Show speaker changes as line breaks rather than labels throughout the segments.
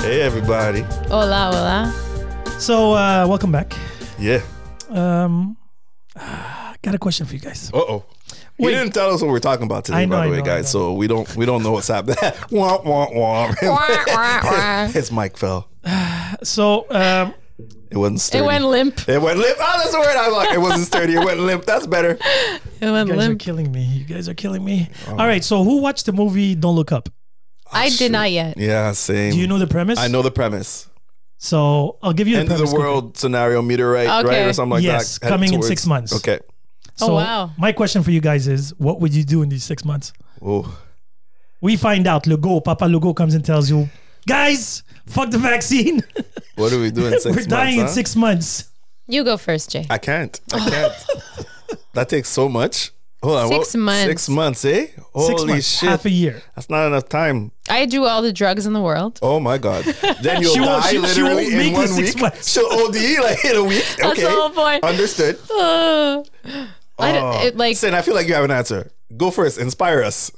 Hey, everybody.
Hola, hola.
So, uh, welcome back.
Yeah.
Um, I got a question for you guys.
Uh oh. He
Wait.
didn't tell us what we're talking about today,
I
by
know,
the
I
way,
know, I
guys.
know.
So we don't we don't know what's happening. womp womp womp.
Wah, wah, wah.
His mic fell.
So, um,
It wasn't
It
sturdy.
went limp.
It went limp. Oh, that's the word I like. It wasn't sturdy. It went limp. That's better.
It went
you guys are
limp.
killing me. You guys are killing me.
Oh.
All right. So, who watched the movie Don't Look Up?
I did not yet.
Yeah, same.
Do you know the premise?
I know the premise.
So, I'll give you
End
the
of the
premise. quickly.
world scenario, meteorite, right,
Okay.
or something like
Yes,
that. headed
coming in six months.
Okay.
So,
wow.
My question for you guys is, what would you do in these six months?
Oh,
We find out. Legault, Papa Legault comes and tells you, guys, fuck the vaccine.
what are we doing? Six
We're
months,
dying in
huh?
six months.
You go first, Jay.
I can't. I can't. that takes so much. Hold on.
Six months.
Six months, eh? Holy
six months,
shit.
half a year.
That's not enough time.
I do all the drugs in the world.
Oh my god. Then you'll
She won't-
die
she- she
literally
won't
in
make the
one
six
week.
months.
She'll OD E, like in a week.
the
Okay.
whole point.
Understood. Oh.
Uh, I don't, it, like
Sin, I feel like you have an answer. Go first. Inspire us.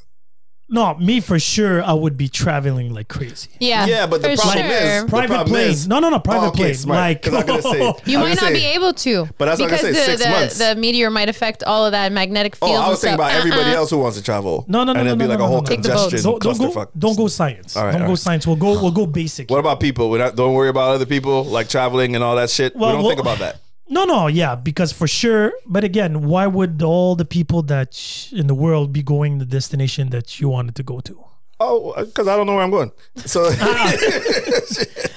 No, me for sure. I would be traveling like crazy.
yeah,
Yeah, but the
for
problem
sure.
is the
Private
problem
plane.
is-
No, no, no, private
Oh, okay,
plane.
smart.
Like-
'Cause I'm gonna say,
you
I'm
might
gonna
not
say-
be able to,
But that's what I was
because
gonna say, six
the,
months.
the, the meteor might affect all of that magnetic
Oh,
field.
I
and
was thinking
stuff.
about
Uh-uh.
everybody else who wants to travel.
No, no, no,
And
no,
it'll be
no,
like
no,
a whole
no, no.
Take the boat.
congestion
Don't, don't go.
clusterfuck.
Don't go science.
right,
don't
all
go
right.
science. We'll go. We'll go basic.
What about people? We don't, don't worry about other people like traveling and all that shit.
Well,
we don't
well-
think about that.
No, no, yeah, because for sure. But again, why would all the people that sh- in the world be going the destination that you wanted to go to?
Oh, because I don't know where I'm going. So
Ah.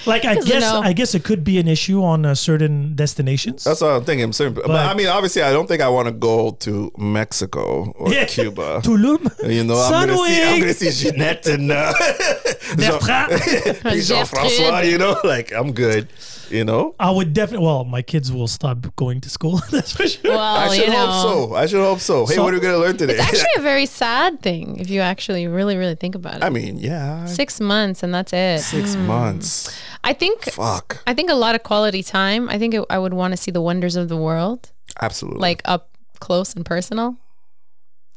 Like, I
Doesn't
guess,
know.
I guess it could be an issue on uh, certain destinations.
that's what I'm thinking. Certain- But,
But-
I mean, obviously, I don't think I want to go to Mexico or
Yeah.
Cuba.
Tulum,
You know, I'm gonna, see, I'm
Sunwing.
gonna see Jeanette and uh,
Bertrand.
Jean Francois. You know, like I'm good. You know,
I would definitely. Well, my kids will stop going to school. That's for sure.
Well,
I should
Oh, you know,
hope so. I should hope so. Hey,
So-
what are we gonna learn today?
it's actually a very sad thing if you actually really, really think about it.
I mean, yeah,
Six months and that's it.
six months.
I think
Fuck,
I think a lot of quality time. I think it, I would want to see the wonders of the world,
absolutely.
like up close and personal.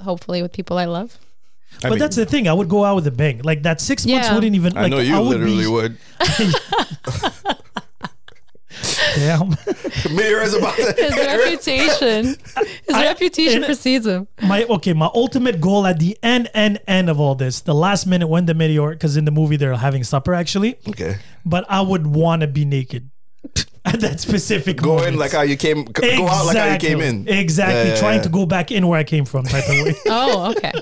Hopefully, with people I love.
I
but
mean,
that's the thing. I would go out with a bang. Like that six months
Yeah.
wouldn't even. Like,
I know you
would
literally
be,
would.
Damn.
Meteor is about
His
to.
reputation, his
I-
reputation
and-
precedes him.
my okay. My ultimate goal at the end, end, end of all this, the last minute when the meteor, because in the movie they're having supper actually.
okay,
But I would want to be naked at that specific.
go
moment.
in like how you came. c- Go out like how you came in.
Exactly. Exactly.
Yeah, yeah,
Trying
yeah.
to go back in where I came from, type of way.
Oh, okay,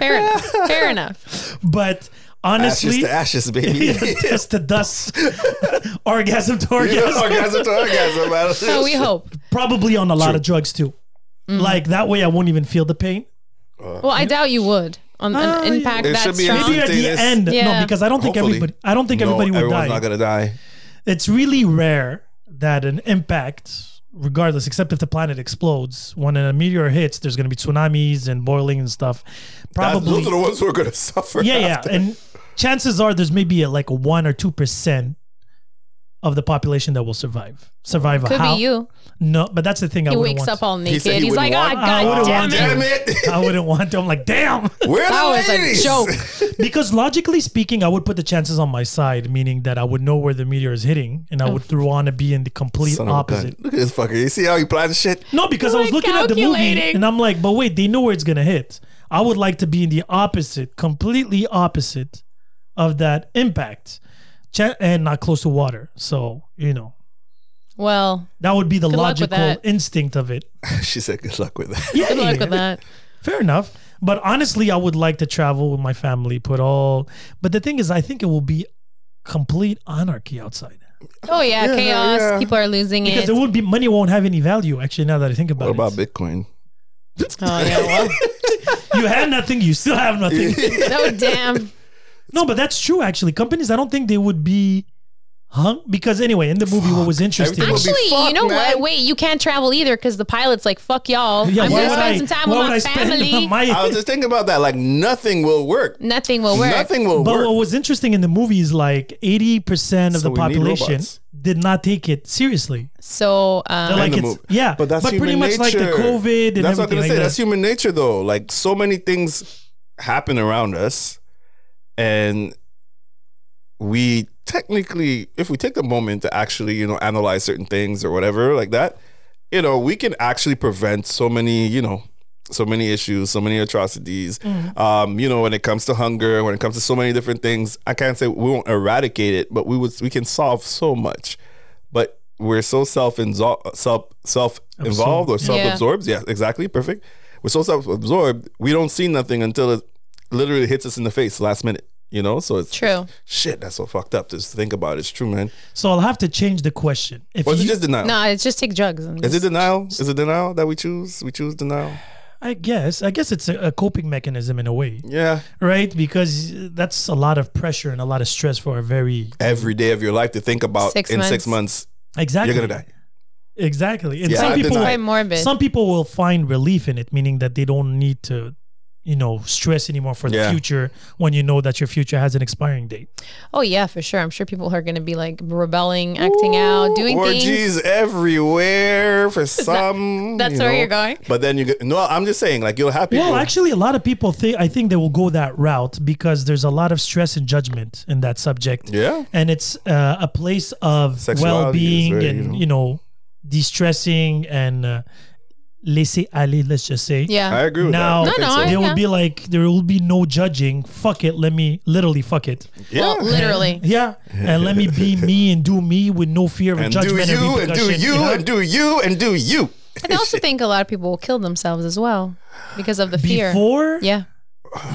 fair enough. Fair enough.
But
Ashes
honestly,
to ashes, baby.
dust to dust, orgasm to orgasm.
orgasm to orgasm, man.
So we hope.
probably on a lot of drugs too. Like that way, I won't even feel the pain.
Well, I doubt you would on
Ah,
an
yeah.
impact
It
that
should be
strong.
Maybe at the
Instantaneous.
end,
Yeah.
no, because I don't think
Hopefully.
everybody. I don't think everybody
no,
would
everyone's
die.
not gonna die.
It's really rare that an impact, regardless, except if the planet explodes, when a meteor hits, there's going to be tsunamis and boiling and stuff.
That's-
Probably,
those are the ones who are gonna suffer.
yeah, yeah.
after.
And chances are, there's maybe a, like one or two percent of the population that will survive. Survive a
Could
how?
be you.
No, but that's the thing. I
He
wouldn't
wakes
want
up
to-
all naked.
said he
He's
wouldn't
like, oh,
want-
I
god
wouldn't
damn
want
it.
Damn it!
I wouldn't want to. I'm like, damn.
Where are the
That was a
ladies?
joke.
Because logically speaking, I would put the chances on my side, meaning that I would know where the meteor is hitting,
Oh.
and I would throw on to be in the complete
Son of a
opposite.
gun. Look at this fucker. You see how he plans shit?
No, because I
We're
was looking at the movie,
calculating.
and I'm like, but wait, they know where it's gonna hit. I would like to be in the opposite, completely opposite of that impact, Cha- and not close to water. So you know
Well,
that would be the
luck with
logical
that.
instinct of it.
She said, "Good luck with that."
Yeah,
good luck with that.
Fair enough. But honestly, I would like to travel with my family, put all. But the thing is, I think it will be complete anarchy outside
Oh yeah,
Yeah,
chaos.
yeah.
People are losing
because
it.
there won't be money won't have any value. Actually, now that I think about
What about
it,
Bitcoin?
oh yeah, well,
you had nothing, you still have nothing.
no damn.
no, but that's true. Actually, companies, I don't think they would be hung because anyway, in the movie, what was interesting.
Everything will
was-
be
Actually,
fucked,
you know
man.
what? Wait, you can't travel either because the pilot's like, "Fuck y'all.
Yeah,
I'm
why
gonna
would
spend
I-
some time
why
with
would
my
I spend
family.
my-
I was just thinking about that. Like nothing will work.
Nothing will work.
Nothing will
But what
work.
was interesting in the movie is like eighty percent of
So
the
we need
population
robots.
did not take it seriously.
So, um,
They're like
the
it's
movie.
yeah,
But that's
but pretty
human
much like the
nature.
COVID and
that's what I'm
everything
gonna
like
say.
that.
That's human nature, though. Like so many things happen around us, and we technically, if we take the moment to actually, you know, analyze certain things or whatever like that, you know, we can actually prevent so many, you know, so many issues, so many atrocities. Um, you know, when it comes to hunger, when it comes to so many different things, I can't say we won't eradicate it, but we would we can solve so much. But we're so self self self involved or self absorbed. Yeah. exactly, perfect. We're so self absorbed, we don't see nothing until it literally hits us in the face last minute. You know, so it's
True.
Shit, that's so fucked up. Just to think about it. It's true, man.
So I'll have to change the question. If
Or is
you,
it just denial?
No, it's just take drugs. And
Is it denial? Is it denial that we choose? We choose denial.
I guess, I guess it's a, a coping mechanism in a way,
Yeah.
right? Because that's a lot of pressure and a lot of stress for a very
Every day of your life to think about
Six
in six months,
months.
exactly.
you're gonna die.
Exactly. And
Yeah,
some
I
people,
deny
quite morbid.
some people will find relief in it, meaning that they don't need to, you know, stress anymore for the
Yeah.
future when you know that your future has an expiring date.
oh yeah, for sure. I'm sure people are going to be like rebelling, acting out, doing things.
Orgies everywhere for some.
that's
you
where
know.
you're going?
But then you get, no. I'm just saying, like you'll have people.
Well, actually, a lot of people think I think they will go that route because there's a lot of stress and judgment in that subject.
Yeah.
and it's uh, a place of
Sexuality is
well-being
very,
and
you
you
know.
know, de-stressing and uh, laissez aller. Let's just say.
Yeah.
I agree with
Now
that.
No, no,
I think
I-
there
yeah.
will be like there will be no judging. Fuck it, let me literally fuck it.
so. yeah.
Well, literally.
Yeah, and let me be me and do me with no fear of
and do
judgment
you and do
repercussion,
you
know?
and do you and do you.
And I also think a lot of people will kill themselves as well because of the fear.
before.
Yeah.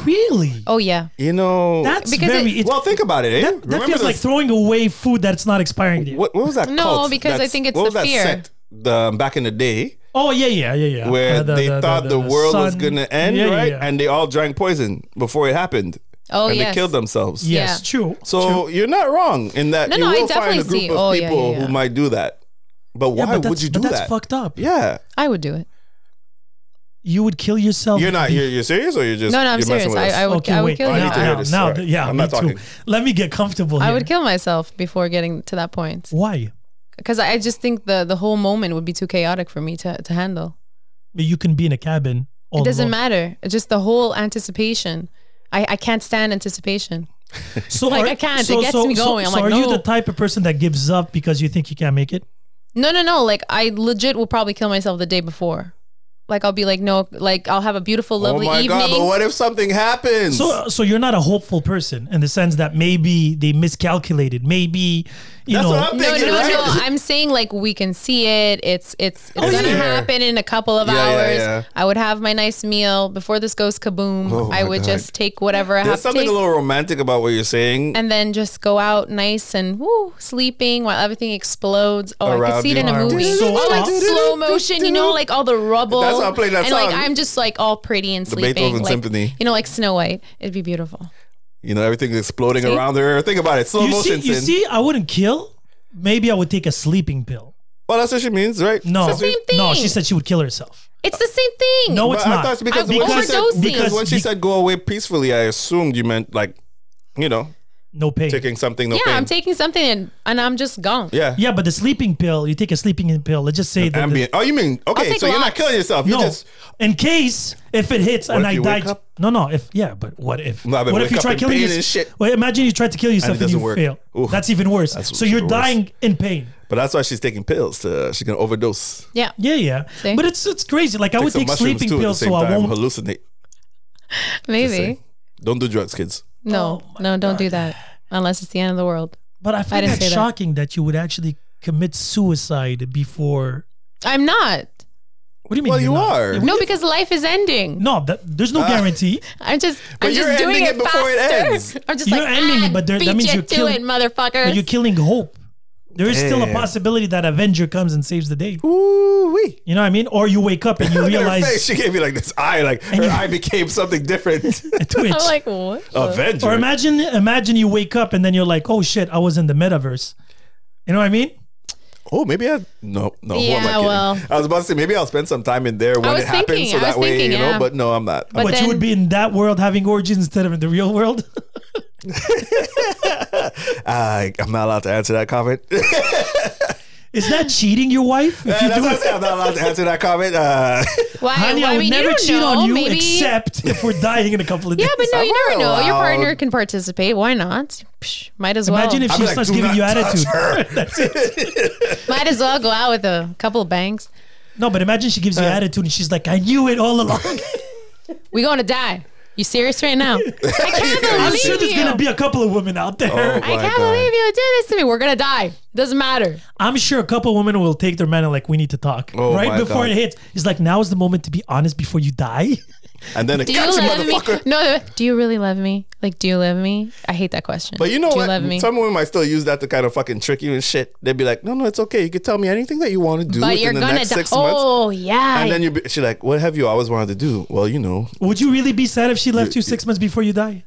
Really,
Oh yeah.
You know.
that's
Because
very.
it-
it's-
well, think about it. Eh?
that, that
Remember
feels
the
like throwing away food that's not expiring. date.
What, what was that?
No,
cult?
because I
That's-
think it's
what
the
was that
fear.
sect, the, back in the day,
Oh yeah, yeah, yeah, yeah.
where
Uh,
they thought the, world was
sun.
gonna end,
Yeah, yeah,
right?
yeah.
And they all drank poison before it happened.
Oh,
and they
yes.
killed themselves.
yes,
Yeah.
true.
So you're not wrong in that
No,
you
no, I
will find a
definitely
group
see-
of
oh, yeah,
people
yeah, yeah.
who might do that. But why
yeah, but
would
that's-
you do
but That's
that?
fucked up.
yeah,
I would do it.
You would kill yourself.
you're not.
be-
You're, you're serious, or you're just
No, no, I'm
you're messing
serious.
with us?
I, I would
okay,
I would
wait.
kill
I need
now,
to hear
myself.
now,
this.
now
Sorry.
th- yeah,
I'm
me
not talking.
too. Let me get comfortable.
I
here.
would kill myself before getting to that point.
Why?
Because I I just think the the whole moment would be too chaotic for me to, to handle.
But you can be in a cabin. All
It doesn't
alone.
matter. It's just the whole anticipation. I, I can't stand anticipation.
So
Like,
are-
I can't. It gets me going. I'm
So,
like,
are you
no.
the type of person that gives up because you think you can't make it?
No, no, no. Like I legit will probably kill myself the day before. Like I'll be like, no, like I'll have a beautiful,
Oh
lovely
my
evening.
god! But what if something happens?
So, uh, so you're not a hopeful person in the sense that maybe they miscalculated. Maybe you
That's
know.
what I'm
no,
thinking.
no,
right? Oh,
no. I'm saying like we can see it. It's it's it's gonna
yeah.
happen in a couple of
Yeah, yeah,
hours.
yeah.
I would have my nice meal before this goes kaboom.
Oh
I
my
would
God.
just take whatever I
There's
have to
something
take,
a little romantic about what you're saying.
and then just go out nice and woo, sleeping while everything explodes. Oh, I
Around
could see it
you.
in a
Are we
movie.
so
oh, like
off?
slow motion, you know, like all the rubble.
That's why I played that
and like
song.
I'm just like all pretty and sleeping.
Beethoven
like,
Symphony.
You know, like Snow White. It'd be beautiful.
You know, everything's exploding
See?
around her. Think about it. Slow
you see,
motion.
you
Sin.
see, I wouldn't kill. Maybe I would take a sleeping pill.
Well, that's what she means, right?
No,
It's the same thing.
no, she said she would kill herself.
It's the same thing.
No,
But
it's
I
not.
thought because
I'm
when she said,
overdosing.
because when she
Because-
said go away peacefully, I assumed you meant like, you know,
no pain.
taking something. No
yeah,
pain.
I'm taking something and, and I'm just gone.
yeah.
Yeah, but the sleeping pill, you take a sleeping pill. Let's just say that. the-
Ambient. Oh, you mean okay?
take
So you're not
lots.
killing yourself. You
no,
just
in case if it hits and
if
I
you
die.
wake up?
No, no. If yeah, but what if?
No, but
what
wake
if you
up
try
in
killing
pain and
yourself?
shit.
Well, imagine you try to kill yourself
it
and, you
doesn't work.
fail.
Oof.
That's even worse.
That's
so you're
worse.
dying in pain.
But that's why she's taking pills. To, she can overdose.
Yeah.
Yeah, yeah.
See?
But it's it's crazy. Like I would
some
take
mushrooms,
sleeping
too, at the
pills
same
so I
time,
won't.
hallucinate.
Maybe.
Don't do drugs, kids.
No,
Oh
no, don't do that. Unless it's the end of the world.
But I find
didn't
that
say that.
shocking that you would actually commit suicide before.
I'm not.
What do you mean?
Well,
you're
you
not?
are. Ah.
No, because life is ending.
No, that, there's no guarantee.
I'm just,
But
I'm
you're
just doing
ending
it
it before
faster.
it ends.
I'm just
You're
like,
ending it,
ah,
but there- that
beat
means
you
you're
to
killing-
it, motherfuckers.
But you're killing hope. There is still a
Damn.
possibility that Avenger comes and saves the day.
Ooh wee.
You know what I mean? Or you wake up and you
Look at her face.
realize
She gave me like this eye. Like her
you-
eye became something different.
a twitch.
I'm like, what? the-
Avenger.
or imagine imagine you wake up and then you're like, oh shit, I was in the metaverse. You know what I mean?
Oh, maybe I no no. who am I
Yeah,
kidding?
well.
I was about to say maybe I'll spend some time in there when
was
it happens,
thinking,
so
I
that
was
way
thinking,
you know.
yeah.
But no, I'm not.
But
But, you
then-
would be in that world having orgies instead of in the real world.
I, I'm not allowed to answer that comment.
Is that cheating your wife? If
That's what I'm saying. I'm not allowed to answer that comment. Uh,
Why?
Honey,
why-
I would
mean, you
never
don't
cheat
know.
on you
Maybe-
except if we're dying in a couple of days.
Yeah, but no, you
Somewhere
never know. Your partner
allowed.
can participate. Why not? Psh, might as well.
Imagine if
I'd
she
be like,
starts
"Do
giving
not
you
touch
attitude.
her."
That's it.
might as well go out with a couple of bangs.
No, but imagine she gives you attitude and she's like, I knew it all along.
We're going to die. You serious right now? I can't believe
I'm sure there's
you.
going to be a couple of women out there.
Oh. my
I can't
God.
believe you did this to me. We're gonna die. Doesn't matter.
I'm sure a couple of women will take their man and like, we need to talk.
Oh
right
my
before
God.
it hits. It's like, now is the moment to be honest before you die.
and then it
Do you
catch you,
love me?
motherfucker.
No. Do you really love me? Like, do you love me? I hate that question.
But you know
do
what?
You love me?
Some women might still use that to kind of fucking trick you and shit. They'd be like, "No, no, it's okay. You can tell me anything that you want to do
but you're
within the
gonna
next
die.
six months."
Oh yeah.
And then you, she's like, "What have you always wanted to do?" Well, you know,
Would you really be sad if she left you six months before you die?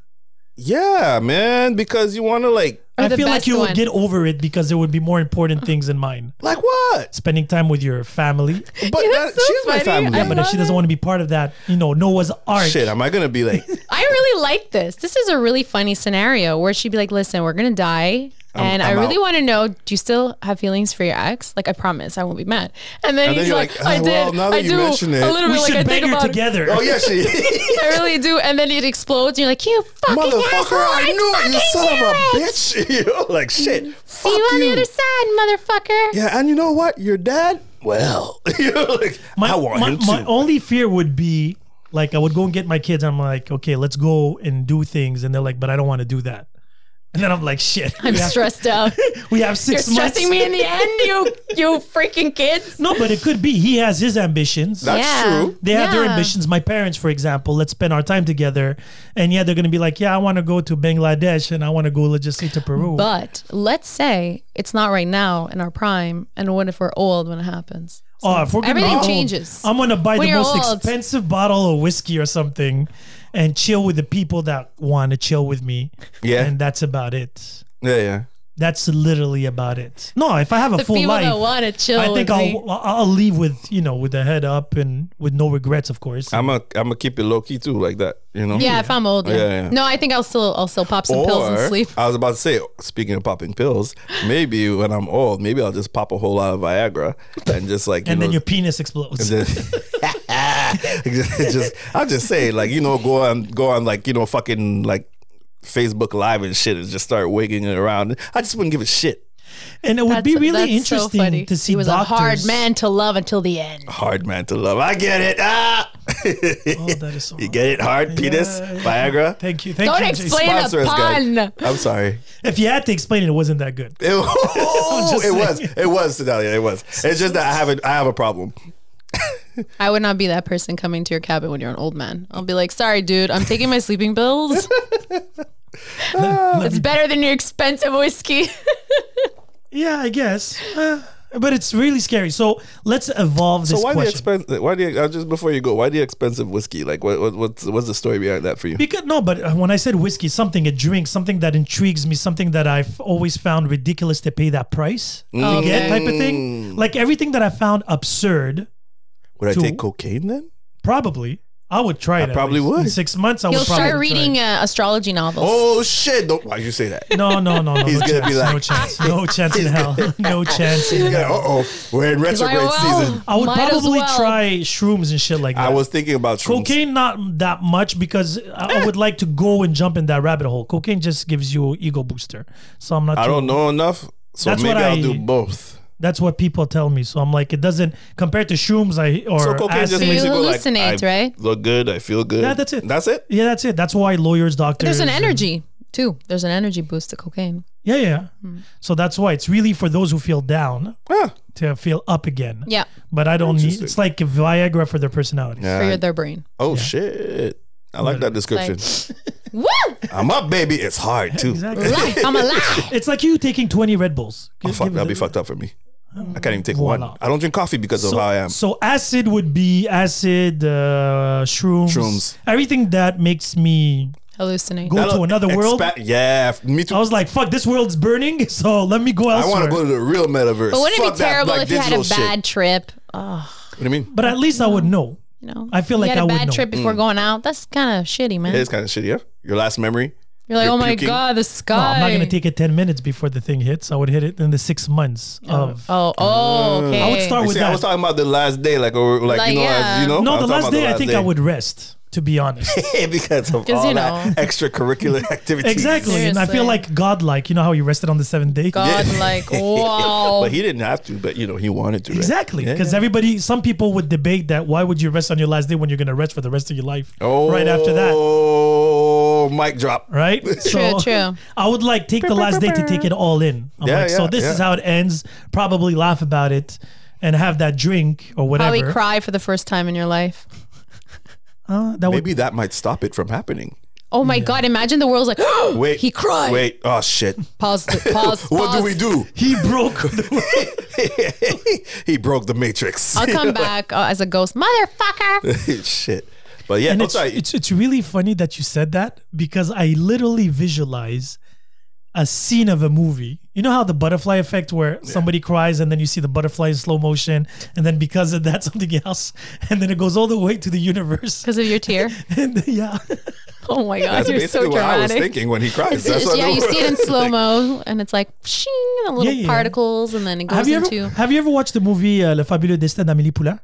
yeah, man, because you want to like,
Or
I
the
feel like
best
you
one.
would get over it because there would be more important things in mind.
like what?
Spending time with your family.
But that,
That's so
she's my
funny.
family.
Yeah,
But if she
Love
doesn't
it.
want to be part of that, you know, Noah's Ark.
shit, am I gonna be like,
I really like this. This is a really funny scenario where she'd be like, "Listen, we're gonna die." And i
I'm
really
out.
want to know: Do you still have feelings for your ex? Like, I promise, I won't be mad. And then
And then
he's
you're
like,
like,
"I
"Ah,
did,
well, now that
I
you
do,
mention
a
it-
little
we
bit. Like, I
should
think
bang her
about it.
together.
oh yeah, she,
I really do." And then it explodes. And you're like, "You fucking
motherfucker,
asshole!
I knew it, you son of a
knew it.
bitch. you know, like shit.
See
Fuck
you on the
you.
other side, motherfucker."
Yeah, and you know what? Your dad. Well, you know, like, I want
my,
him to.
my only fear would be like I would go and get my kids. And I'm like, okay, let's go and do things, and they're like, but I don't want to do that. And then I'm like, shit.
I'm
we, have,
stressed out.
we have
You're
6 months.
stressing me in the end, you you freaking kids.
No, but it could be he has his ambitions.
That's true.
they have their
Yeah.
ambitions. My parents, for example, let's spend our time together, and yeah, they're gonna be like, yeah, I want to go to Bangladesh and I want to go, let's just say, to Peru.
But let's say it's not right now in our prime, and what if we're old when it happens?
Oh, if we're gonna be
Everything
old,
changes.
I'm gonna buy
When
the
you're
most
old.
expensive bottle of whiskey or something, and chill with the people that want to chill with me.
Yeah.
and that's about it.
yeah, yeah.
That's literally about it. No, if I have a
The
full
people
life,
that want to chill.
I think
with me.
I'll I'll leave with you know with the head up and with no regrets, of course.
I'm a, I'm gonna keep it low key too, like that. You know.
Yeah, if I'm old. Yeah.
Yeah, yeah.
No, I think I'll still I'll still pop some pills and sleep.
I was about to say, speaking of popping pills, maybe when I'm old, maybe I'll just pop a whole lot of Viagra and just like, you
and then
know,
your penis explodes.
just, just I'll just say like you know go on go on like you know fucking like Facebook Live and shit and just start wigging it around. I just wouldn't give a shit.
and it would
That's-
be really
that's so
interesting
funny.
to see
He was
doctors.
a hard man to love until the end.
Hard man to love. I get it. Ah,
Oh, that is so.
you get it. Hard penis
Yeah.
Viagra.
Thank you. Thank
Don't
you. Jason.
explain
Sponsor
a
us, guys.
pun.
I'm sorry.
If you had to explain it, it wasn't that good.
It,
just
it was.
saying.
It was Sedalia. It was. It's just that I have a, I have a problem.
I would not be that person coming to your cabin when you're an old man. I'll be like, sorry, dude, I'm taking my sleeping pills. it's better than your expensive whiskey.
Yeah, I guess. Uh, but it's really scary. So let's evolve this
So why the
question.
expensive? Why the uh, just before you go? Why the expensive whiskey? Like what, what what's what's the story behind that for you?
because no, but uh, when I said whiskey, something a drink, something that intrigues me, something that I've always found ridiculous to pay that price to
Mm. Okay.
get type of thing. Like everything that I found absurd,
Would I
Two.
take cocaine then?
probably I would try it. at
probably
least.
would.
In six months, I
You'll
would probably
start
try
reading
it.
uh, astrology novels.
Oh shit! Don't why'd you say that?
No, no, no, no.
He's
no
gonna
chance,
be like-
no chance, no chance in hell, no chance. In
yeah,
hell.
uh oh, we're in retrograde
like, well-
season.
I would
"Oh, Might as
probably
well.
try shrooms and shit like that.
I was thinking about shrooms.
Cocaine, not that much because I I would like to go and jump in that rabbit hole. Cocaine just gives you ego booster, so I'm not.
I
too-
don't know enough, so
That's
maybe
what
I'll
I-
do both.
That's what people tell me, so I'm like, it doesn't compare to shrooms. I or
So cocaine just
acid.
makes you go like, I
hallucinate, right?
look good, I feel good.
Yeah, that's it.
That's it.
yeah, that's it. That's why lawyers, doctors.
There's an
and-
energy too. There's an energy boost to cocaine.
yeah, yeah.
Hmm.
So that's why it's really for those who feel down
Huh.
to feel up again.
Yeah,
But I don't need.
Interesting.
It's like Viagra for their personality.
for your,
Yeah.
their brain.
Oh shit! I like that description.
Woo!
I'm up, baby. It's hard too.
Exactly.
Lie. I'm alive.
It's like you taking 20 Red Bulls.
Oh,
Give-
fuck,
give it
that'll be
a-
fucked up for me. I can't even take
Voila.
one. I don't drink coffee because of how I am.
So acid would be acid, uh, shrooms,
Shrooms.
everything that makes me
Hallucinate.
go to
That'll
another world. Oh,
expa- Yeah, f- me too.
I was like, fuck, this world's burning, so let me go
I
elsewhere.
want to go to the real metaverse.
But wouldn't it
Fuck
be
that,
terrible
like,
if you had a
digital
bad
shit.
trip? Oh,
What do you mean?
but at least I would know.
you know,
I feel
you
like
had
I
a
would
bad
know.
trip before going out. That's kind of shitty, man.
It is kind of shitty. Yeah? Your last memory.
You're like,
You're
oh my
puking.
god, the
No,
sky.
I'm not gonna take it ten minutes before the thing hits. I would hit it in the six months of.
Oh, oh, okay.
I would start
You
with
see,
that.
I was talking about the last day, like, or, like,
Like,
you know,
yeah.
as, you know.
no,
I
the
was talking
last
about the
day I
last
think I would rest. To be honest.
because of
'Cause,
all
you
that extracurricular activities.
Exactly, and I feel
Seriously.
like God-like. You know how you rested on the seventh day.
God, like, wow.
But he didn't have to, but you know, he wanted to. right?
Exactly,
Yeah,
because
yeah.
everybody, some people would debate that why would you rest on your last day when you're gonna rest for the rest of your life?
Oh,
right after that,
Oh, mic drop.
right? So
true.
I would like take the last day to take it all in. I'm
Yeah,
like, so
yeah,
this
yeah.
is how it ends. Probably laugh about it and have that drink or whatever.
Probably cry for the first time in your life.
Uh, that would
Maybe that might stop it from happening.
Oh my god! Imagine the world's like,
Wait.
He cried.
Wait. Oh shit.
pause, pause, pause.
What do we do?
he broke. The,
he broke the matrix.
I'll come back uh, as a ghost, motherfucker.
shit. But yeah,
and
I'm
it's,
sorry.
it's it's really funny that you said that because I literally visualize a scene of a movie. You know how the butterfly effect where somebody cries and then you see the butterfly in slow motion and then because of that something else and then it goes all the way to the universe.
Because of your tear.
And yeah.
Oh my god,
that's
you're
basically
so
what I was
dramatic.
thinking when he cries. That's what
yeah,
I
you
was-
see it in slow mo, and it's like, shing, the little
Yeah, yeah.
particles, and then it
Have
goes
you
into.
ever have you ever watched the movie uh, Le Fabuleux Destin d'Amélie Poulain?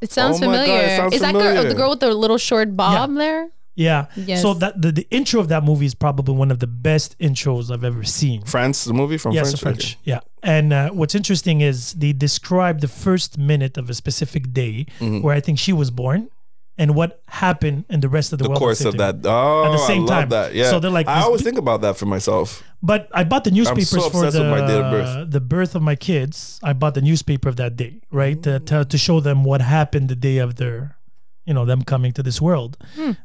It sounds
Oh my God, it
familiar.
sounds
Is that Girl,
familiar.
the girl with the little short bob there?
Yeah.
Yes.
So that the, the intro of that movie is probably one of the best intros I've ever seen.
France, the movie from
Yes,
French.
French. Yeah. And uh, what's interesting is they describe the first minute of a specific day
Mm-hmm.
where I think she was born and what happened in the rest of the,
The
world. at
course
same
of
time.
that. Oh,
At the same
I love
time.
that. Yeah.
So they're like,
I
this-
always think about that for myself.
Oh,
But I bought the newspapers for
obsessed
the
with my day of birth.
the birth of my kids. I bought the newspaper of that day, right? To, to, to show them what happened the day of their, you know, them coming to this world.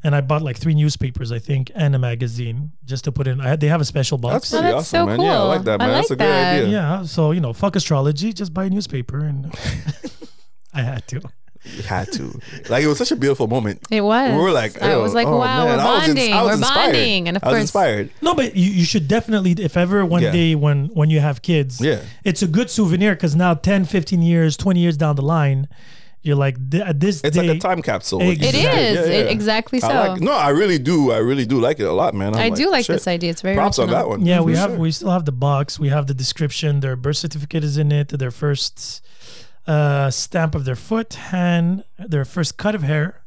And I bought like three newspapers, I think, and a magazine just to put in. I had, they have a special
That's
box.
pretty
that's
awesome,
so
man. Yeah, I
cool.
like that,
I
man. that's a
like
good
that.
idea.
yeah. So you know, fuck astrology. Just buy a newspaper, and I had to.
You had to. Like it was such a beautiful moment.
It was.
We were like,
I
oh,
was like,
oh,
wow,
man.
we're
I was ins- I
bonding,
was
we're
inspired.
bonding, and of
I was
course,
inspired.
No, but you, you should definitely, if ever one
Yeah.
day when when you have kids,
Yeah.
it's a good souvenir because now 10, 15 years, 20 years down the line, you're like, "Th- at this
It's
day.
like a time capsule. what you
It
just
It is
did. Yeah,
It,
yeah.
exactly so.
I like, no, I really do. I really do like it a lot, man. I'm
I do like
shit.
this idea. It's very
Props on
original.
that one.
Yeah, we
For
have,
sure.
we still have the box. We have the description. Their birth certificate is in it. Their first uh, stamp of their foot, hand, their first cut of hair,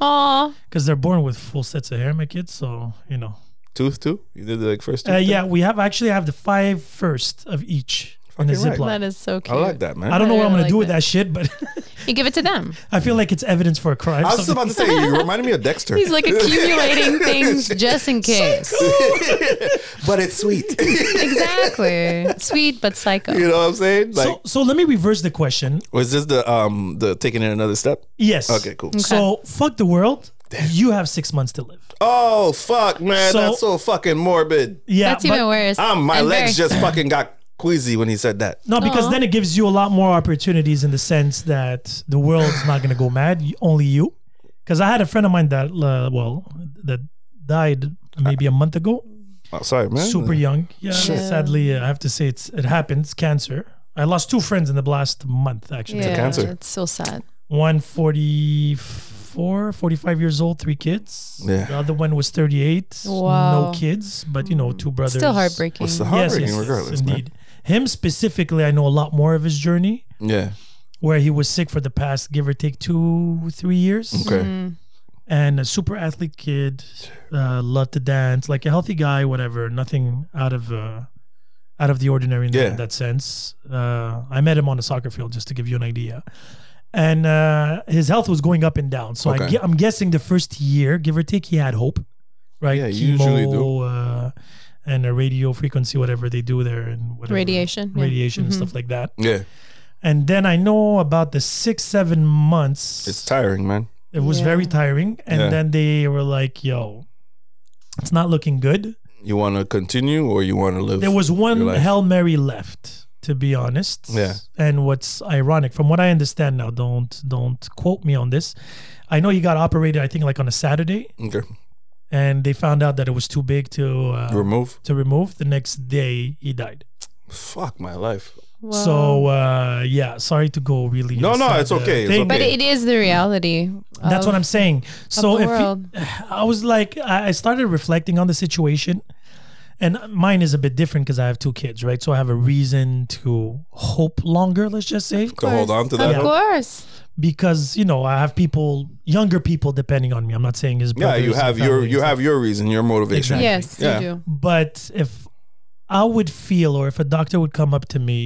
Aw,
because they're born with full sets of hair, my kids. So you know,
tooth too. You did the like, first. Tooth
uh,
thing?
yeah, we have actually have the five first of each in a
Fucking right.
ziploc.
that is so cute.
I like that, man.
I don't know what I'm
I
gonna
like
do with
that.
that shit, but
You give it to them.
I feel like it's evidence for a crime.
I was just about to say you reminded me of Dexter,
He's like accumulating things just in case.
but it's sweet.
exactly. Sweet but psycho.
you know what I'm saying? Like,
so, so let me reverse the question.
was this the um the taking it another step?
Yes.
Okay, cool.
So fuck the world. You have six months to live.
Oh fuck, man,
So-
that's so fucking morbid.
Yeah,
That's
but-
even worse.
Um, my
And
legs
very-
just fucking got queasy when he said that.
No, because then it gives you a lot more opportunities in the sense that the world's not gonna go mad. y- Only you. Because I had a friend of mine that uh, well that died maybe a month ago.
Oh, sorry, man.
Super young. Yeah.
Shit.
Sadly, uh, I have to say it's it happens. Cancer. I lost two friends in the last month actually.
yeah,
cancer.
It's so sad.
one 44 45 years old three kids
Yeah.
the other one was 38
Wow.
no kids but you know two brothers
Still heartbreaking.
It's the
yes,
heartbreaking
yes, yes,
regardless,
indeed him specifically i know a lot more of his journey
man. Yeah.
where he was sick for the past give or take two three years
Okay.
and a super athlete kid uh, loved to dance like a healthy guy whatever nothing out of uh, out of the ordinary in, that-
Yeah.
that sense uh, i met him on a soccer field just to give you an idea and uh, his health was going up and down so I
Okay.
ge- i'm guessing the first year give or take he had hope right
Yeah, you usually do.
uh, and a radio frequency whatever they do there and whatever
Radiation, yeah. Mm-hmm.
radiation and stuff like that
Yeah.
and then i know about the six seven months
It's tiring, man.
it was
Yeah.
very tiring. And
Yeah.
then they were like, yo, it's not looking good.
You want to continue or you want to live?
There was one
Your life.
Hail Mary left, to be honest.
Yeah.
And what's ironic, from what I understand now, don't don't quote me on this. I know he got operated, I think, like on a Saturday,
okay.
and they found out that it was too big to uh,
Remove.
to remove. The next day, he died.
Fuck my life.
So uh, yeah, sorry to go really.
No, no,
inside
it's
the
okay, it's
thing,
okay.
but it is the reality.
That's what I'm saying. So
the
if
world.
you- I was like, I I started reflecting on the situation, and mine is a bit different because I have two kids, right? So I have a reason to hope longer. Let's just say
To hold on to that.
Of course.
because you know I have people, younger people, depending on me. I'm not saying his
Yeah,
brothers.
you
and
have your
family
you
and
have your reason, your motivation.
Exactly.
Yes,
Yeah.
you do.
but if I would feel, or if a doctor would come up to me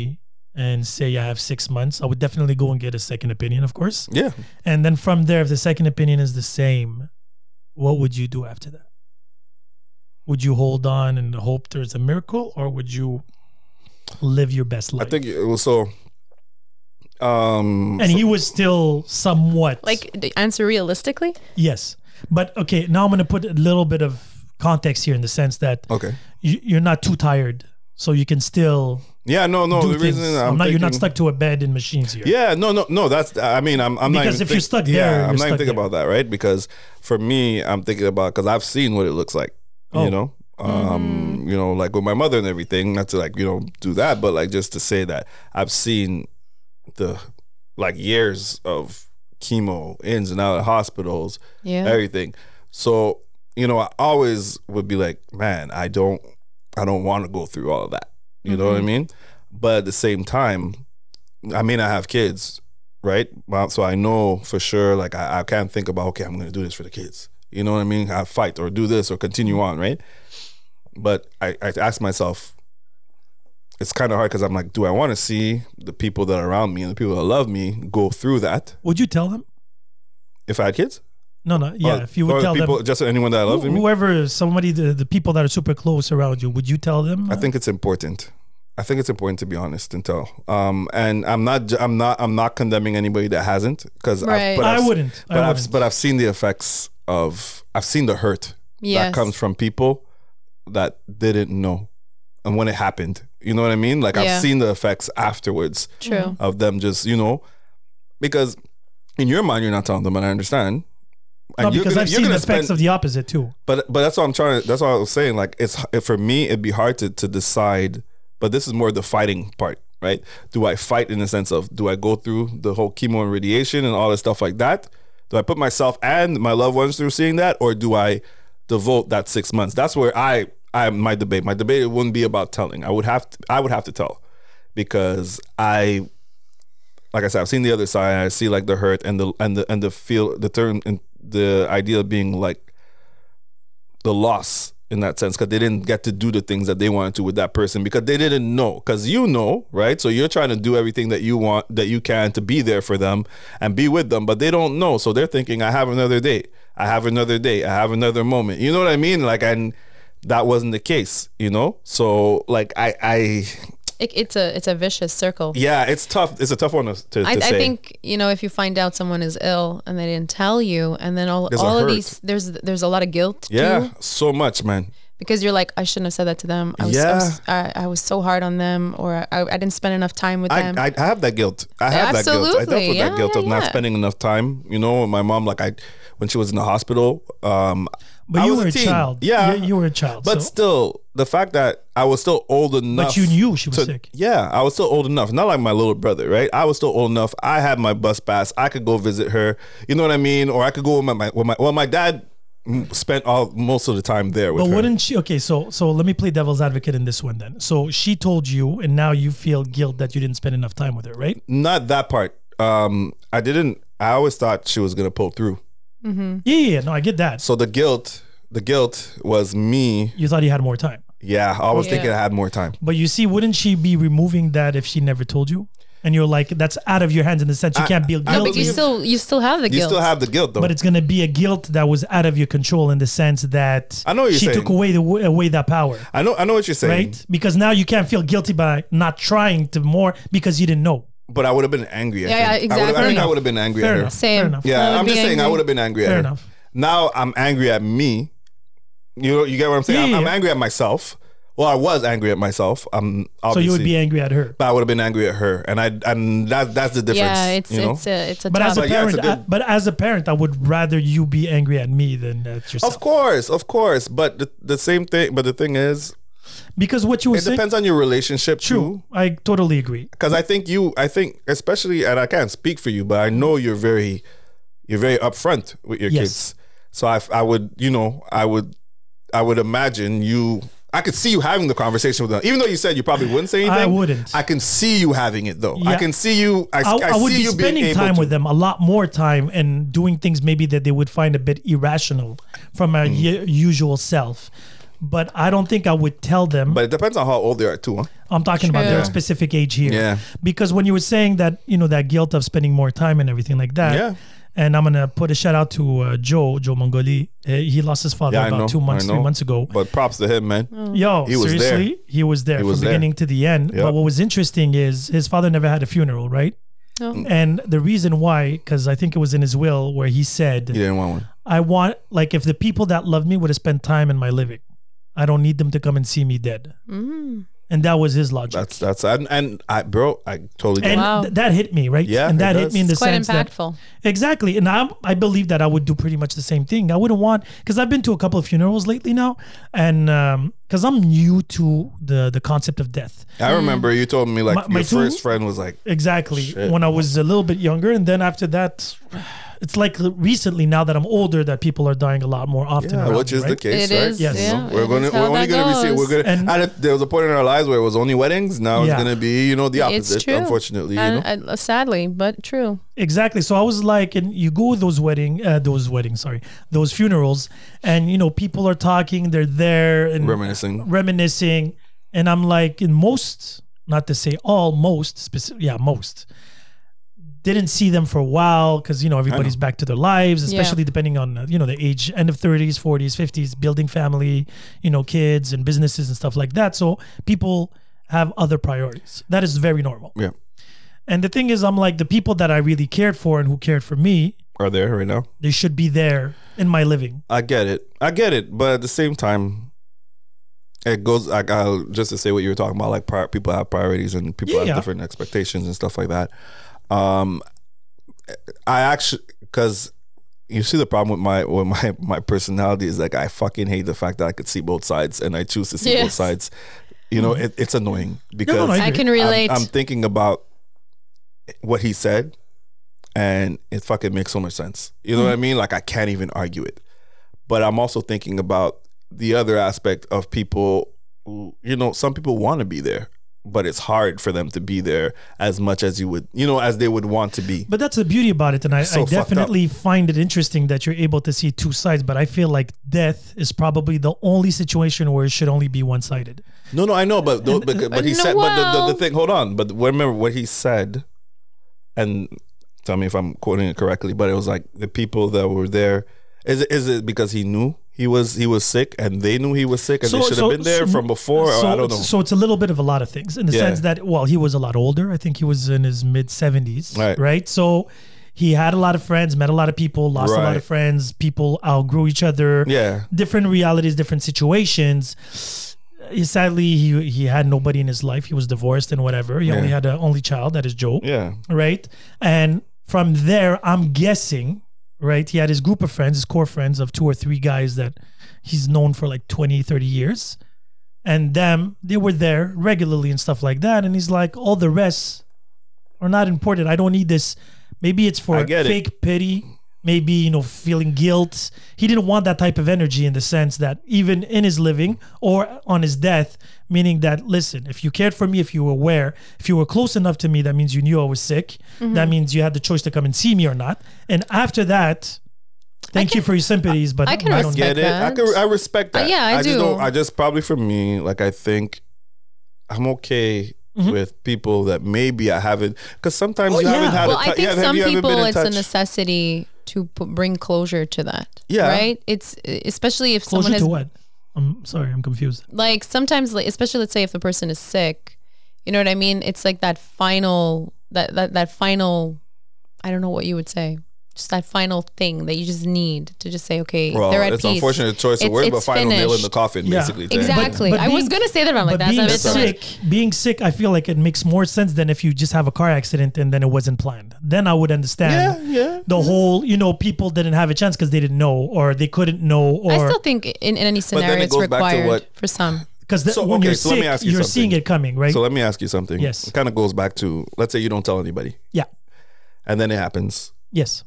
and say I have six months, I would definitely go and get a second opinion, of course.
Yeah.
And then from there, if the second opinion is the same, what would you do after that? Would you hold on and hope there's a miracle, or would you live your best
I
life?
think it was so um
and he was still somewhat
Like d- answer realistically.
yes, but okay. Now I'm going to put a little bit of context here in the sense that
okay.
you, you're not too tired, so you can still
Yeah, no, no,
do
the
things.
reason
I'm
I'm
not, you're not
thinking-
stuck to a bed in machines here.
Yeah, no, no, no. That's I mean, I'm, I'm not
Because
even
if you're stuck there,
yeah, I'm
you're
not even
stuck
thinking
there.
about that, right? Because for me, I'm thinking about because I've seen what it looks like,
Oh. Mm-hmm.
you know, um, you know, like with my mother and everything. Not to like you know do that, but like just to say that I've seen the like years of chemo ins and out of hospitals,
Yeah.
everything. So you know, I always would be like, man, I don't, I don't want to go through all of that. You know
Mm-hmm.
what I mean? But at the same time, I may not have kids, right? Well, So I know for sure, like I, I can't think about, okay, I'm gonna do this for the kids. You know what I mean? I fight or do this or continue on, right? But I, I ask myself, it's kind of hard because I'm like, do I want to see the people that are around me and the people that love me go through that
Would you tell them?
if I had kids?
No, no. Yeah,
Or-
if you
or
would tell
Oh, people,
them,
just anyone that I love. I
wh-
mean?
whoever, somebody, the, the people that are super close around you, would you tell them?
I think it's important. I think it's important to be honest and tell. Um, and I'm not. ju- I'm not. I'm not condemning anybody that hasn't because
Right.
I've, but
I
I've-
wouldn't. I
But I've
wouldn't.
but I've seen the effects of. I've seen the hurt
Yes.
that comes from people that didn't know, and when it happened, you know what I mean. Like
Yeah.
I've seen the effects afterwards
True.
of them just you know, because in your mind you're not telling them, and I understand.
No, because
uh, gonna-
I've seen the
gonna
effects
spend-
of the opposite too.
but but that's what I'm trying to. That's what I was saying. Like it's for me, it'd be hard to to decide. But this is more the fighting part, right? Do I fight in the sense of do I go through the whole chemo and radiation and all this stuff like that? Do I put myself and my loved ones through seeing that, or do I devote that six months? That's where I I my debate. My debate wouldn't be about telling. I would have to, I would have to tell because I like I said, I've seen the other side. I see like the hurt and the and the and the feel the term and the idea of being like the loss in that sense because they didn't get to do the things that they wanted to with that person because they didn't know because you know right so you're trying to do everything that you want that you can to be there for them and be with them but they don't know so they're thinking I have another day I have another day I have another moment you know what I mean like and that wasn't the case you know so like I I
It, it's a it's a vicious circle.
yeah it's tough it's a tough one to, to,
I,
to
I
say.
think you know if you find out someone is ill and they didn't tell you, and then all
There's a
all of
hurt.
these there's there's a lot of guilt
Yeah,
too
so much, man.
because you're like I shouldn't have said that to them. I was
Yeah.
so, I, I was so hard on them, or I, I didn't spend enough time with
I,
them.
I I have that guilt. I have that guilt. I dealt
Um, Absolutely.
with
Yeah,
that guilt of
yeah,
not
yeah.
spending enough time. You know, my mom, like I, when she was in the hospital, um,
But
I
you
was
were a,
teen.
child.
Yeah,
you, you were a child.
But
so.
still, the fact that I was still old enough.
but you knew she was
to-
sick.
Yeah, I was still old enough. Not like my little brother, right? I was still old enough. I had my bus pass. I could go visit her. You know what I mean? Or I could go with my, my, with my well, my dad mm, spent all most of the time there with
But
her.
wouldn't she? Okay, so so let me play devil's advocate in this one then. So she told you, and now you feel guilt that you didn't spend enough time with her, right?
Not that part. Um, I didn't. I always thought she was gonna pull through.
Yeah, yeah, yeah. No, I get that.
So the guilt, the guilt was me.
You thought you had more time.
Yeah, I was
Oh, Yeah.
thinking I had more time.
But you see, wouldn't she be removing that if she never told you? And you're like, that's out of your hands in the sense you can't be guilty.
I
no, but you
believe-
still you still have the
You
guilt.
still have the guilt though.
but it's gonna be a guilt that was out of your control in the sense that
I know what you're
she
saying.
took away the away that power,
I know. I know what you're saying.
right? Because now you can't feel guilty by not trying to more because you didn't know.
But I would have been angry. At
Yeah,
her.
yeah,
I would have,
exactly.
I think I
Fair
would have been angry
Fair
at her.
enough.
Same.
Fair enough.
Yeah,
I would
I'm
be
just saying I
angry.
would have been angry at
Fair
her.
enough.
Now I'm angry at me. You know, you get what I'm saying.
Yeah,
I'm,
yeah.
I'm angry at myself. Well, I was angry at myself. I'm
So
obviously,
you would be angry at her.
but I would have been angry at her, and I and that that's the difference.
yeah, it's
you know?
it's a it's a
But
tough.
as a
But yeah, it's
parent,
a
I,
good-
but as a parent, I would rather you be angry at me than at yourself.
Of course, of course. But the, the same thing. But the thing is,
because what you were
It
saying
depends on your relationship too.
true i totally agree
because I think you, I think especially, and I can't speak for you, but I know you're very, you're very upfront with your
Yes.
kids. So I, I would, you know, I would, I would imagine you. I could see you having the conversation with them, even though you said you probably wouldn't say anything.
I wouldn't.
I can see you having it though. I
Yeah.
can see you. I,
I,
I
I would
see
be
you
spending
being
time
able
with
to,
them a lot more time and doing things maybe that they would find a bit irrational from our
Mm.
u- usual self. But I don't think I would tell them.
But it depends on how old they are too. Huh?
I'm talking about
True.
their specific age here.
Yeah.
Because when you were saying that, you know, that guilt of spending more time and everything like that.
Yeah.
And I'm gonna put a shout out to uh, Joe Joe Mongoli. Uh, he lost his father
Yeah, I
about
know.
two months,
I
three
know.
months ago.
But props to him, man.
Yo,
He was there.
seriously, he was there
He
from
was there.
beginning to the end.
Yep.
But what was interesting is his father never had a funeral, right?
No.
And the reason why, because I think it was in his will where he said,
He didn't want one.
I want, like, if the people that love me would have spent time in my living, I don't need them to come and see me dead. And that was his logic.
That's that's and, and I, bro, I totally. get
and
it.
Wow.
th- that hit me, right?
Yeah,
And
it
that hit
does.
me in the
It's quite
sense that
impactful.
Exactly. And I I believe that I would do pretty much the same thing. I wouldn't want cuz I've been to a couple of funerals lately now and um cuz I'm new to the the concept of death.
I remember you told me like
My- my
your
two-
first friend was like,
Exactly.
Shit.
When I was a little bit younger and then after that it's like recently now that I'm older that people are dying a lot more often.
Yeah,
around
which
me,
is the
right?
case,
It
right?
is, Yes. yeah,
we're
it
gonna
is how
we're only
that
gonna be seeing we're
goes.
gonna
And-
and if there was a point in our lives where it was only weddings. Now
Yeah.
it's gonna be you know the opposite.
it's true.
Unfortunately, you know.
And, uh, sadly, but true.
Exactly. So I was like, and you go with those wedding, uh, those weddings, sorry, those funerals, and you know people are talking, they're there and
Reminiscing.
reminiscing, and I'm like, in most, not to say all, most, specific, yeah, most, didn't see them for a while because you know everybody's back to their lives, especially depending on uh, you know the age, end of 30s, 40s, 50s, building family, you know, kids and businesses and stuff like that. So people have other priorities. That is very normal.
Yeah,
And the thing is, I'm like the people that I really cared for and who cared for me,
are there right now?
they should be there in my living.
I get it. I get it. But at the same time, it goes. I I'll, just to say what you were talking about, like prior, people have priorities and people
Yeah,
have
yeah.
different expectations and stuff like that. Um, I actually because you see the problem with my with my my personality is like I fucking hate the fact that I could see both sides and I choose to see both
Yes.
sides. You know, it, it's annoying because
Mm-hmm. no,
I
I agree.
can
I'm-
relate.
I'm, thinking about what he said, and it fucking makes so much sense. You know what I
Hmm.
mean? Like I can't even argue it. But I'm also thinking about the other aspect of people. Who, you know, some people want to be there, but it's hard for them to be there as much as you would, you know, as they would want to be.
But that's the beauty about it. And I,
So
I
fucked up.
definitely find it interesting that you're able to see two sides, but I feel like death is probably the only situation where it should only be one sided.
No, no, I know, but but, but, but he
No,
said, but the, the,
well-
the thing. Hold on, but remember what he said, and tell me if I'm quoting it correctly. But it was like the people that were there. Is it, is it because he knew he was he was sick and they knew he was sick and they should have been there from before? or I don't know.
So it's a little bit of a lot of things in the
Yeah.
sense that, well, he was a lot older. I think he was in his mid 70s,
Right.
So he had a lot of friends, met a lot of people, lost a lot
Right.
of friends. People outgrew each other.
yeah,
different realities, different situations. He, sadly, he he had nobody in his life. He was divorced and whatever. He only
Yeah.
had an only child. That is Joe,
yeah,
right? And from there, I'm guessing, right? He had his group of friends, his core friends of two or three guys that he's known for like 20, 30 years. And them, they were there regularly and stuff like that. And he's like, all the rest are not important. I don't need this. Maybe it's for
I get it.
fake pity. Maybe you know feeling guilt. He didn't want that type of energy in the sense that even in his living or on his death, meaning that listen, if you cared for me, if you were aware, if you were close enough to me, that means you knew I was sick.
Mm-hmm.
That means you had the choice to come and see me or not. And after that, thank you for your sympathies, but
I can
I
I
don't.
respect-
get it. I
that.
could, I respect
Uh,
that.
yeah, I
Just
do.
don't, I just probably for me, like I think I'm okay. With people that maybe I haven't, because sometimes
Mm-hmm. Oh,
you
yeah.
haven't had.
Well,
a
I
tou-
think
yeah, have
some
you ever been
people
in
it's a
touch?
necessity to p- bring closure to that.
Yeah.
Right? It's especially if someone
Closure
has
to what? I'm sorry, I'm confused.
like sometimes like especially let's say if the person is sick you know what i mean it's like that final that that, that final i don't know what you would say just that final thing that you just need to just say okay
Well,
they're at
it's
peace
unfortunate choice of
It's-
words, but
it's
final nail in the
finished.
coffin,
Yeah.
basically.
But-
exactly
but
i was
being-
gonna say that but i'm like
but
that's
being
not it's not-
sick, being sick, I feel like it makes more sense than if you just have a car accident and then it wasn't planned. Then I would understand.
Yeah, yeah. Mm-hmm.
The whole, you know, people didn't have a chance because they didn't know or they couldn't know or
i still think in, in any
then
scenario
it
it's
goes back to
required
what-
for some
because
So,
when
okay,
you're
so
sick,
let me ask you
are
something.
seeing it coming, right?
So let me ask you something.
Yes.
It kind of goes back to let's say you don't tell anybody
yeah.
and then it happens.
Yes.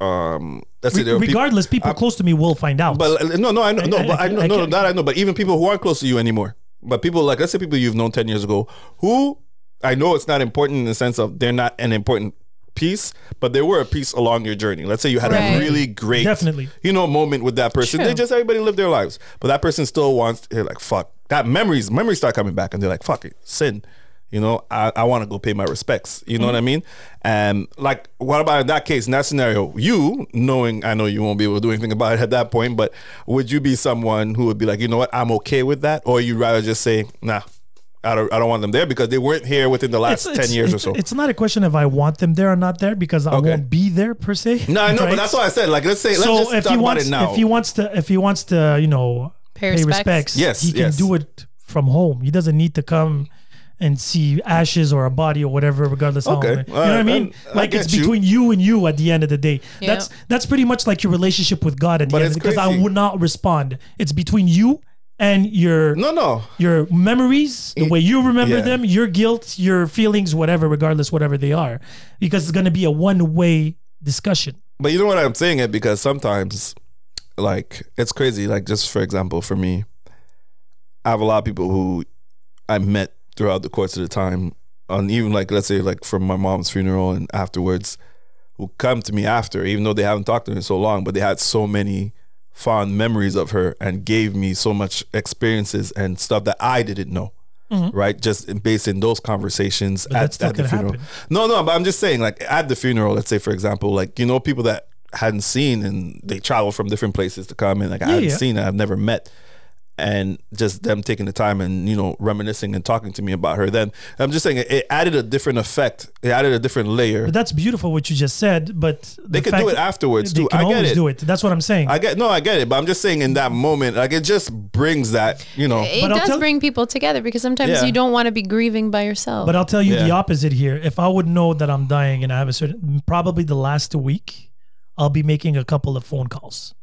Um, let's say
Re-
there are people.
regardless, people close to me will find out.
But uh, no, no, I know, no,
I-
but
I-
I, know,
I
no, no,
can't-
that I know. But even people who aren't close to you anymore, but people like let's say people you've known ten years ago, who I know it's not important in the sense of they're not an important piece, but they were a piece along your journey. Let's say you had
Right.
a really great,
Definitely.
you know, moment with that person.
True.
They just everybody lived their lives, but that person still wants. They're like, fuck that memories. Memories start coming back, and they're like, fuck it, sin. You know, I, I want to go pay my respects. You know
Mm.
what I mean? And like, what about in that case, in that scenario, you knowing, I know you won't be able to do anything about it at that point, but would you be someone who would be like, you know what, I'm okay with that? Or you'd rather just say, nah, I don't, I don't want them there because they weren't here within the last 10 years
it's,
or so.
It's not a question if I want them there or not there because I
Okay.
won't be there per se.
No, I know,
right?
but that's what I said. Like, let's say, let's
so
just
if
talk
he
about
wants,
it now.
if he wants to, if he wants to, you know,
Pay
pay
respects.
respects,
Yes,
he can
yes.
do it from home. He doesn't need to come and see ashes or a body or whatever, regardless.
Okay.
Of how, you know what I
Alright,
mean?
I- I
like it's
get you.
between you and you at the end of the day.
Yeah.
That's that's pretty much like your relationship with God at the
But
end
it's
of the- because I
crazy.
would not respond. It's between you and your
no, no.
your memories, the way you remember
yeah.
them, your guilt, your feelings, whatever, regardless, whatever they are, because it's going to be a one way discussion.
But you know what I'm saying it because sometimes, like, it's crazy. Like, just for example, for me, I have a lot of people who I met throughout the course of the time, on even like let's say like from my mom's funeral and afterwards, who come to me after, even though they haven't talked to me in so long, but they had so many fond memories of her and gave me so much experiences and stuff that I didn't know. Right, just based in those conversations
But
at,
that's not
at the
gonna
funeral.
happen.
No, no, but I'm just saying, like at the funeral, let's say for example, like you know people that hadn't seen and they travel from different places to come and like I hadn't
yeah.
seen, I've never met, and just them taking the time and you know reminiscing and talking to me about her. Then I'm just saying it, it added a different effect. It added a different layer.
But that's beautiful what you just said, but
They could do it afterwards
They
too.
can
I get
always
it.
do it. That's what I'm saying.
I get no, I get it, but I'm just saying in that moment, like it just brings that, you know.
It
Oh, But I'll
does
tell-
bring people together because sometimes
Yeah.
you don't want to be grieving by yourself.
but I'll tell you the
Yeah.
opposite here. If I would know that I'm dying and I have a certain, probably the last week, I'll be making a couple of phone calls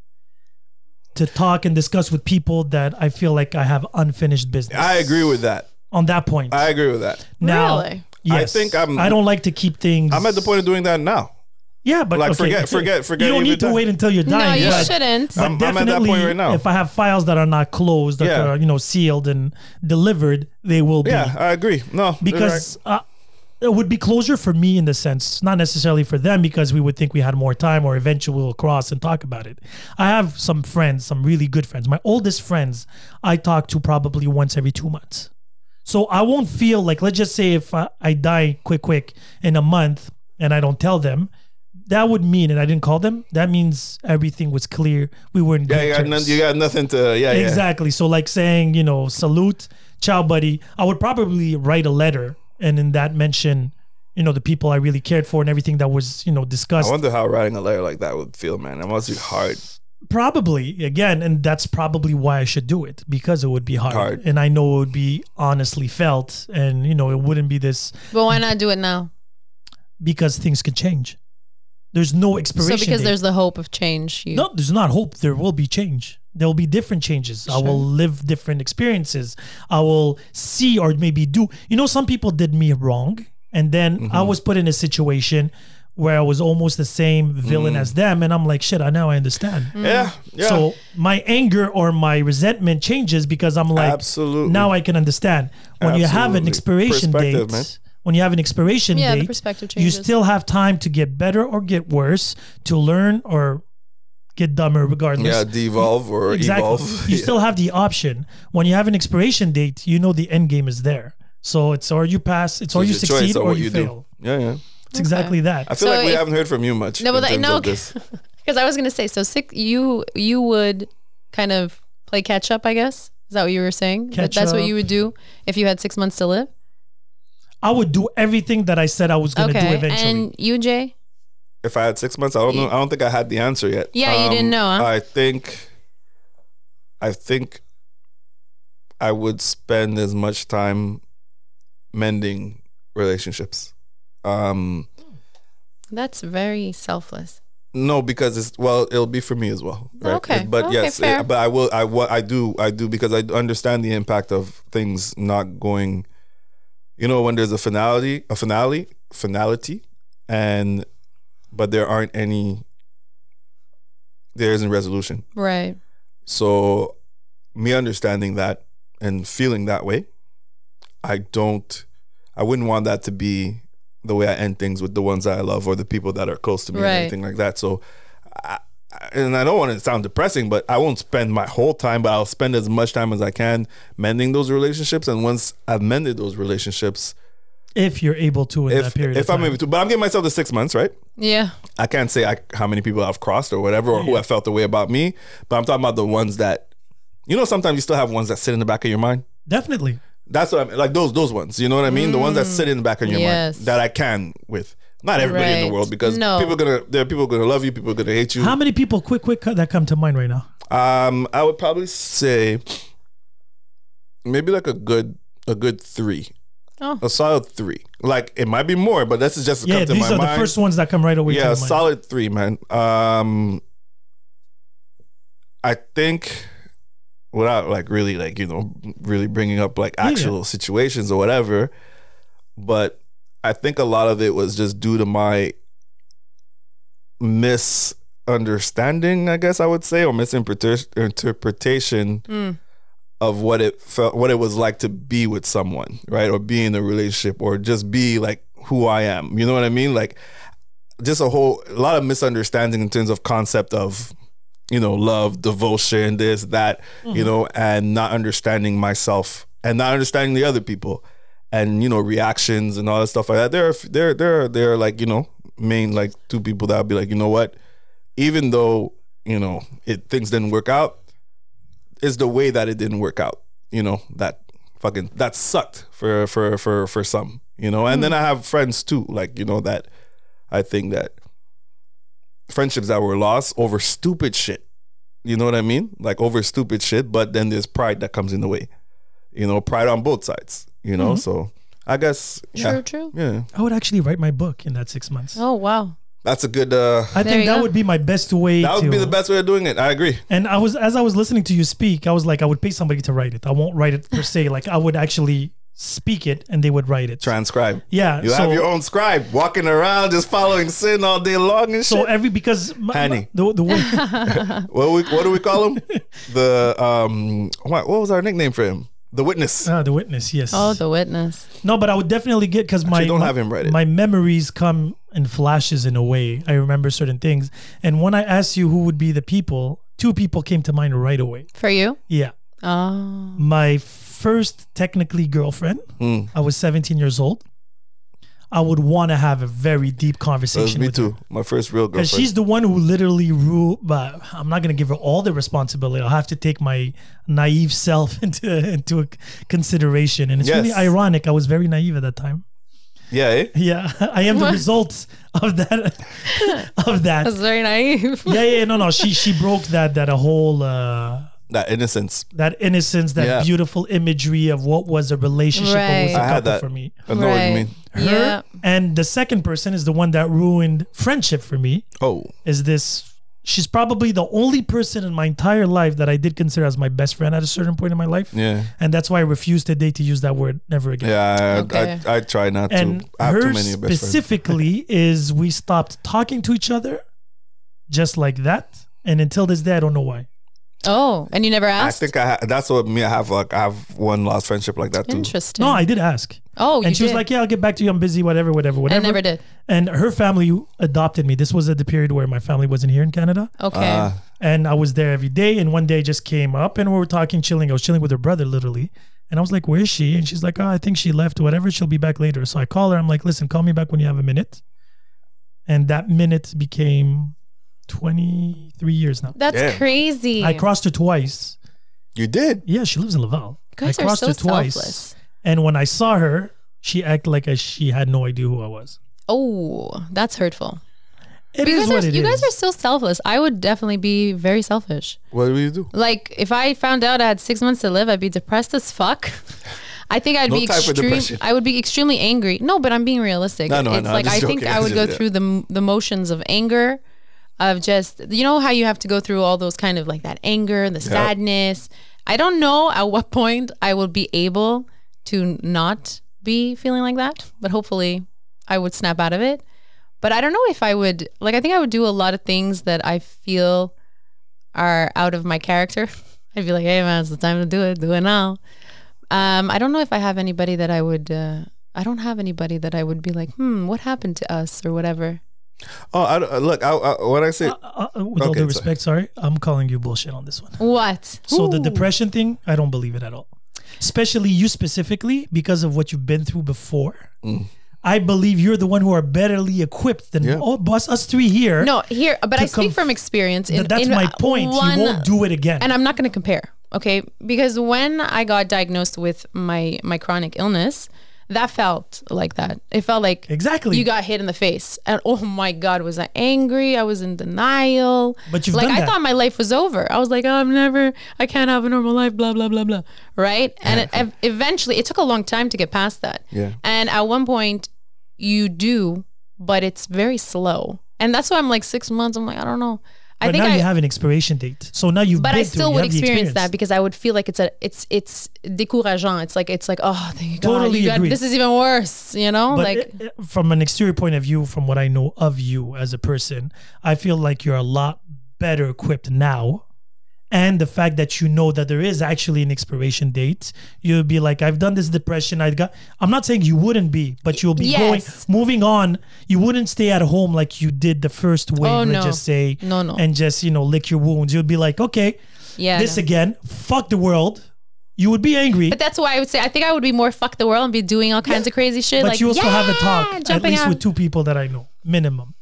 to talk and discuss with people that I feel like I have unfinished business.
I agree with that.
on that point.
I agree with that.
now,
Really?
I
yes,
think I'm-
I don't like to keep things.
I'm at the point of doing that now.
Yeah, but
Like,
okay,
forget-
it's-
forget- forget
You don't
even
need to
that.
wait until you're dying. Uh,
no, you
but,
shouldn't.
But
I'm- I'm at that
definitely,
point right now.
if I have files that are not closed, that
Yeah.
are you know sealed and delivered, they will be
Yeah, I agree. No, you're
because uh, it would be closure for me in the sense, not necessarily for them, because we would think we had more time or eventually we'll cross and talk about it. I have some friends, some really good friends. My oldest friends, I talk to probably once every two months. So I won't feel like, let's just say if I, I die quick, quick in a month and I don't tell them, that would mean, and I didn't call them, that means everything was clear. We were in
right.
good
yeah, you got,
terms.
none, you got nothing to. Yeah, yeah.
Exactly. So like saying, you know, salute, ciao, buddy. I would probably write a letter and in that mention, you know, the people I really cared for and everything that was, you know,
I
discussed.
wonder how writing a letter like that would feel, man. It must be hard.
probably again, and that's probably why I should do it because it would be hard,
Hard.
and I know it would be honestly felt, and you know, it wouldn't be this
But why not do it now?
because things can change. There's no
So
expiration.
because
date.
there's the hope of change. You,
No, there's not hope. There will be change. There will be different changes. I will live different experiences. I will see or maybe do. You know, some people did me wrong, and then
Mm-hmm.
I was put in a situation where I was almost the same villain as them, and I'm like, shit. I now I understand.
Yeah, Mm. yeah.
Mm. So my anger or my resentment changes because I'm like,
Absolutely.
Now I can understand. When you have
Absolutely.
an expiration
Perspective,
date,
man.
when you have an expiration
Yeah, the
date,
perspective
you
changes.
still have time to get better or get worse, to learn or get dumber, regardless.
yeah, devolve or
exactly.
evolve.
You
Yeah.
still have the option. When you have an expiration date, you know the end game is there. So it's or you pass, it's or you
It's your choice
succeed
on
or
what
you,
do.
fail.
Yeah, yeah.
It's exactly that.
I feel
So
like we
if-
haven't heard from you much.
No,
in
but like,
terms
no,
of this.
because I was gonna say so. Sick, you you would kind of play catch up. I guess is that what you were saying? That-
Catch
that's what
up.
you would do if you had six months to live.
I would do everything that I said I was going to do
Okay,
eventually.
and you, Jay.
If I had six months, I don't know. I don't think I had the answer yet. Um,
Yeah, you didn't know, huh?
I think. I think. I would spend as much time mending relationships. Um,
That's very selfless.
No, because it's well, it'll be for me as well. Right?
Oh, Okay.
But
Okay,
yes,
fair.
it, but I will. I what I do. I do because I understand the impact of things not going. You know, when there's a finality, a finale, finality, and but there aren't any. There isn't resolution.
Right.
So, me understanding that and feeling that way, I don't, I wouldn't want that to be the way I end things with the ones that I love or the people that are close to me
Right.
or anything like that. So, I, I- and I don't want to sound depressing, but I won't spend my whole time, but I'll spend as much time as I can mending those relationships. And once I've mended those relationships,
if you're able to in that
if
period.
if
of
I'm
time.
able to, but I'm giving myself the six months, right?
Yeah.
I can't say I, how many people I've crossed or whatever, or who I felt the way about me, but I'm talking about the ones that, you know, sometimes you still have ones that sit in the back of your mind.
Definitely.
That's what I'm like those those ones. You know what I mean? The ones
Mm.
that sit in the back of your
Yes.
mind that I can with. Not everybody in
Right.
the world because
No.
people gonna there are people gonna love you, people gonna hate you.
How many people, quick, quick, cut that come to mind right now?
Um, I would probably say maybe like a good a good three,
Oh.
a solid three. Like it might be more, but this is just
Yeah,
come to
these
my
are the
mind.
first ones that come right away. to
yeah,
my mind.
solid three, man. Um, I think without like really like you know really bringing up like
yeah.
actual situations or whatever, but I think a lot of it was just due to my misunderstanding, I guess I would say, or misinterpretation
Mm.
of what it felt, what it was like to be with someone, right, or be in a relationship, or just be like who I am. You know what I mean? Like just a whole a lot of misunderstanding in terms of concept of you know love devotion this that you know and not understanding myself and not understanding the other people and you know reactions and all that stuff like that there are there there are there are like you know main like two people that would be like you know what even though you know it things didn't work out it's the way that it didn't work out you know that fucking that sucked for for for for some you know and
Hmm.
then i have friends too like you know that I think that friendships that were lost over stupid shit. You know what I mean? Like over stupid shit, but then there's pride that comes in the way. You know, pride on both sides. You know, so I guess
Mm-hmm. True.
yeah,
True.
yeah,
I would actually write my book in that six months.
Oh wow.
that's a good. uh
I
There
think
you
that
go.
would be my best way.
That
to,
would be the best way of doing it. I agree.
And I was as I was listening to you speak, I was like, I would pay somebody to write it. I won't write it per se. Like I would actually speak it, and they would write it.
Transcribe.
Yeah.
You
Uh, so,
have your own scribe walking around just following sin all day long and shit.
so every because my,
Honey.
the the word
what we, what do we call him? the um what, what was our nickname for him? The witness.
ah, the witness. Yes.
Oh, the witness.
No, but I would definitely get because my
Actually, don't
my,
have him write it.
my memories come in flashes in a way. I remember certain things, and when I asked you who would be the people, two people came to mind right away.
For you?
Yeah,
Oh.
my first technically girlfriend.
Hmm.
I was 17 years old. I would want to have a very deep
That was
conversation
me
with
too. My first real girlfriend.
because she's the one who literally ruled. But I'm not gonna give her all the responsibility. I'll have to take my naive self into into a consideration, and it's really
Yes.
ironic. I was very naive at that time.
yeah, eh?
Yeah, I am the
What?
result of that.
That's
of that.
very naive.
Yeah, yeah, no, no. She she broke that that a whole uh,
that innocence.
that innocence, that
Yeah.
beautiful imagery of what was a relationship, what was
Right.
a
I had
couple
that.
for me.
I know what you mean.
Right. Yeah.
And the second person is the one that ruined friendship for me.
Oh,
Is this? She's probably the only person in my entire life that I did consider as my best friend at a certain point in my life.
yeah.
And that's why I refuse today to use that word never again.
Yeah, I,
Okay.
I, I try not to.
and
I have too
her
many best friends.
specifically is we stopped talking to each other just like that and until this day i don't know why
Oh, and you never
I
asked.
think I ha- that's what me. I have like I have one lost friendship like that too.
Interesting.
no i did ask
oh, you
and she was
did.
like yeah i'll get back to you i'm busy whatever whatever
I
whatever
never did.
and her family adopted me this was at the period where my family wasn't here in canada
Okay.
Ah.
and i was there every day and one day I just came up and we were talking chilling i was chilling with her brother literally and i was like where is she and she's like oh i think she left whatever she'll be back later so i call her i'm like listen call me back when you have a minute and that minute became 23 years now
That's
Damn.
crazy.
I crossed her twice.
You did.
Yeah, she lives in Laval.
You guys
I
are
crossed
so
her twice.
selfless.
And when I saw her, she acted like I, she had no idea who I was.
Oh, that's hurtful.
It
you
is
guys
what
are
it
you
is.
guys are so selfless. I would definitely be very selfish.
What do you do?
Like if I found out I had six months to live, I'd be depressed as fuck. I think I'd
No
be
time for
extreme.
depression.
I would be extremely angry. No, but I'm being realistic.
No, no, I
it's
know. I'm
like
just
I think
joking.
I
I'm
would
just
go
joking.
through the the motions of anger, of just you know how you have to go through all those kind of like that anger the sadness i don't know at what point i will be able to not be feeling like that but hopefully i would snap out of it but i don't know if i would like i think i would do a lot of things that i feel are out of my character i'd be like hey man it's the time to do it do it now um, I don't know if I have anybody that I would. Uh, I don't have anybody that I would be like, hmm, what happened to us or whatever.
Oh, I, don't- look, I, I, when I say
Uh, uh, with all
Okay,
due
sorry.
respect, sorry, I'm calling you bullshit on this one.
What?
So the depression thing, I don't believe it at all. Especially you specifically because of what you've been through before. I believe you're the one who are betterly equipped than
Mm. Yeah.
all us, us three here.
No, here, but I
To
speak
conf-
from experience.
Th-
In,
that's
in
my point.
One,
you won't do it again.
and I'm not going to compare, okay? Because when I got diagnosed with my my chronic illness, that felt like that. It felt like
Exactly.
you got hit in the face, and oh my god, was I angry? I was in denial.
But you've
like
done
I
that.
thought my life was over. I was like, oh, I'm never, I can't have a normal life. Blah blah blah blah. Right? And it, ev- eventually, it took a long time to get past that.
Yeah.
And at one point, you do, but it's very slow. And that's why I'm like six months. I'm like, I don't know. I
but
think
now
I,
you have an expiration date. So now you've
but
been
I
through,
still
you
would
have the
experience that
experience.
because I would feel like it's a it's it's décourageant. It's like it's like oh thank God,
Totally
you got-
agree.
this is even worse. You know,
But
like
i- i- from an exterior point of view, from what I know of you as a person, I feel like you're a lot better equipped now. And the fact that you know that there is actually an expiration date, you'll be like, I've done this depression. I got. I'm not saying you wouldn't be, but you'll be
Yes.
going, moving on. You wouldn't stay at home like you did the first wave.
Oh,
let's
no.
just say,
No, no.
and just you know, lick your wounds. You'd be like, okay,
yeah.
this
no.
again. Fuck the world. You would be angry.
but that's why I would say I think I would be more fuck the world and be doing all kinds of crazy shit.
but
like
you also have a
yeah,
talk at
jumping
least
out.
with two people that I know minimum.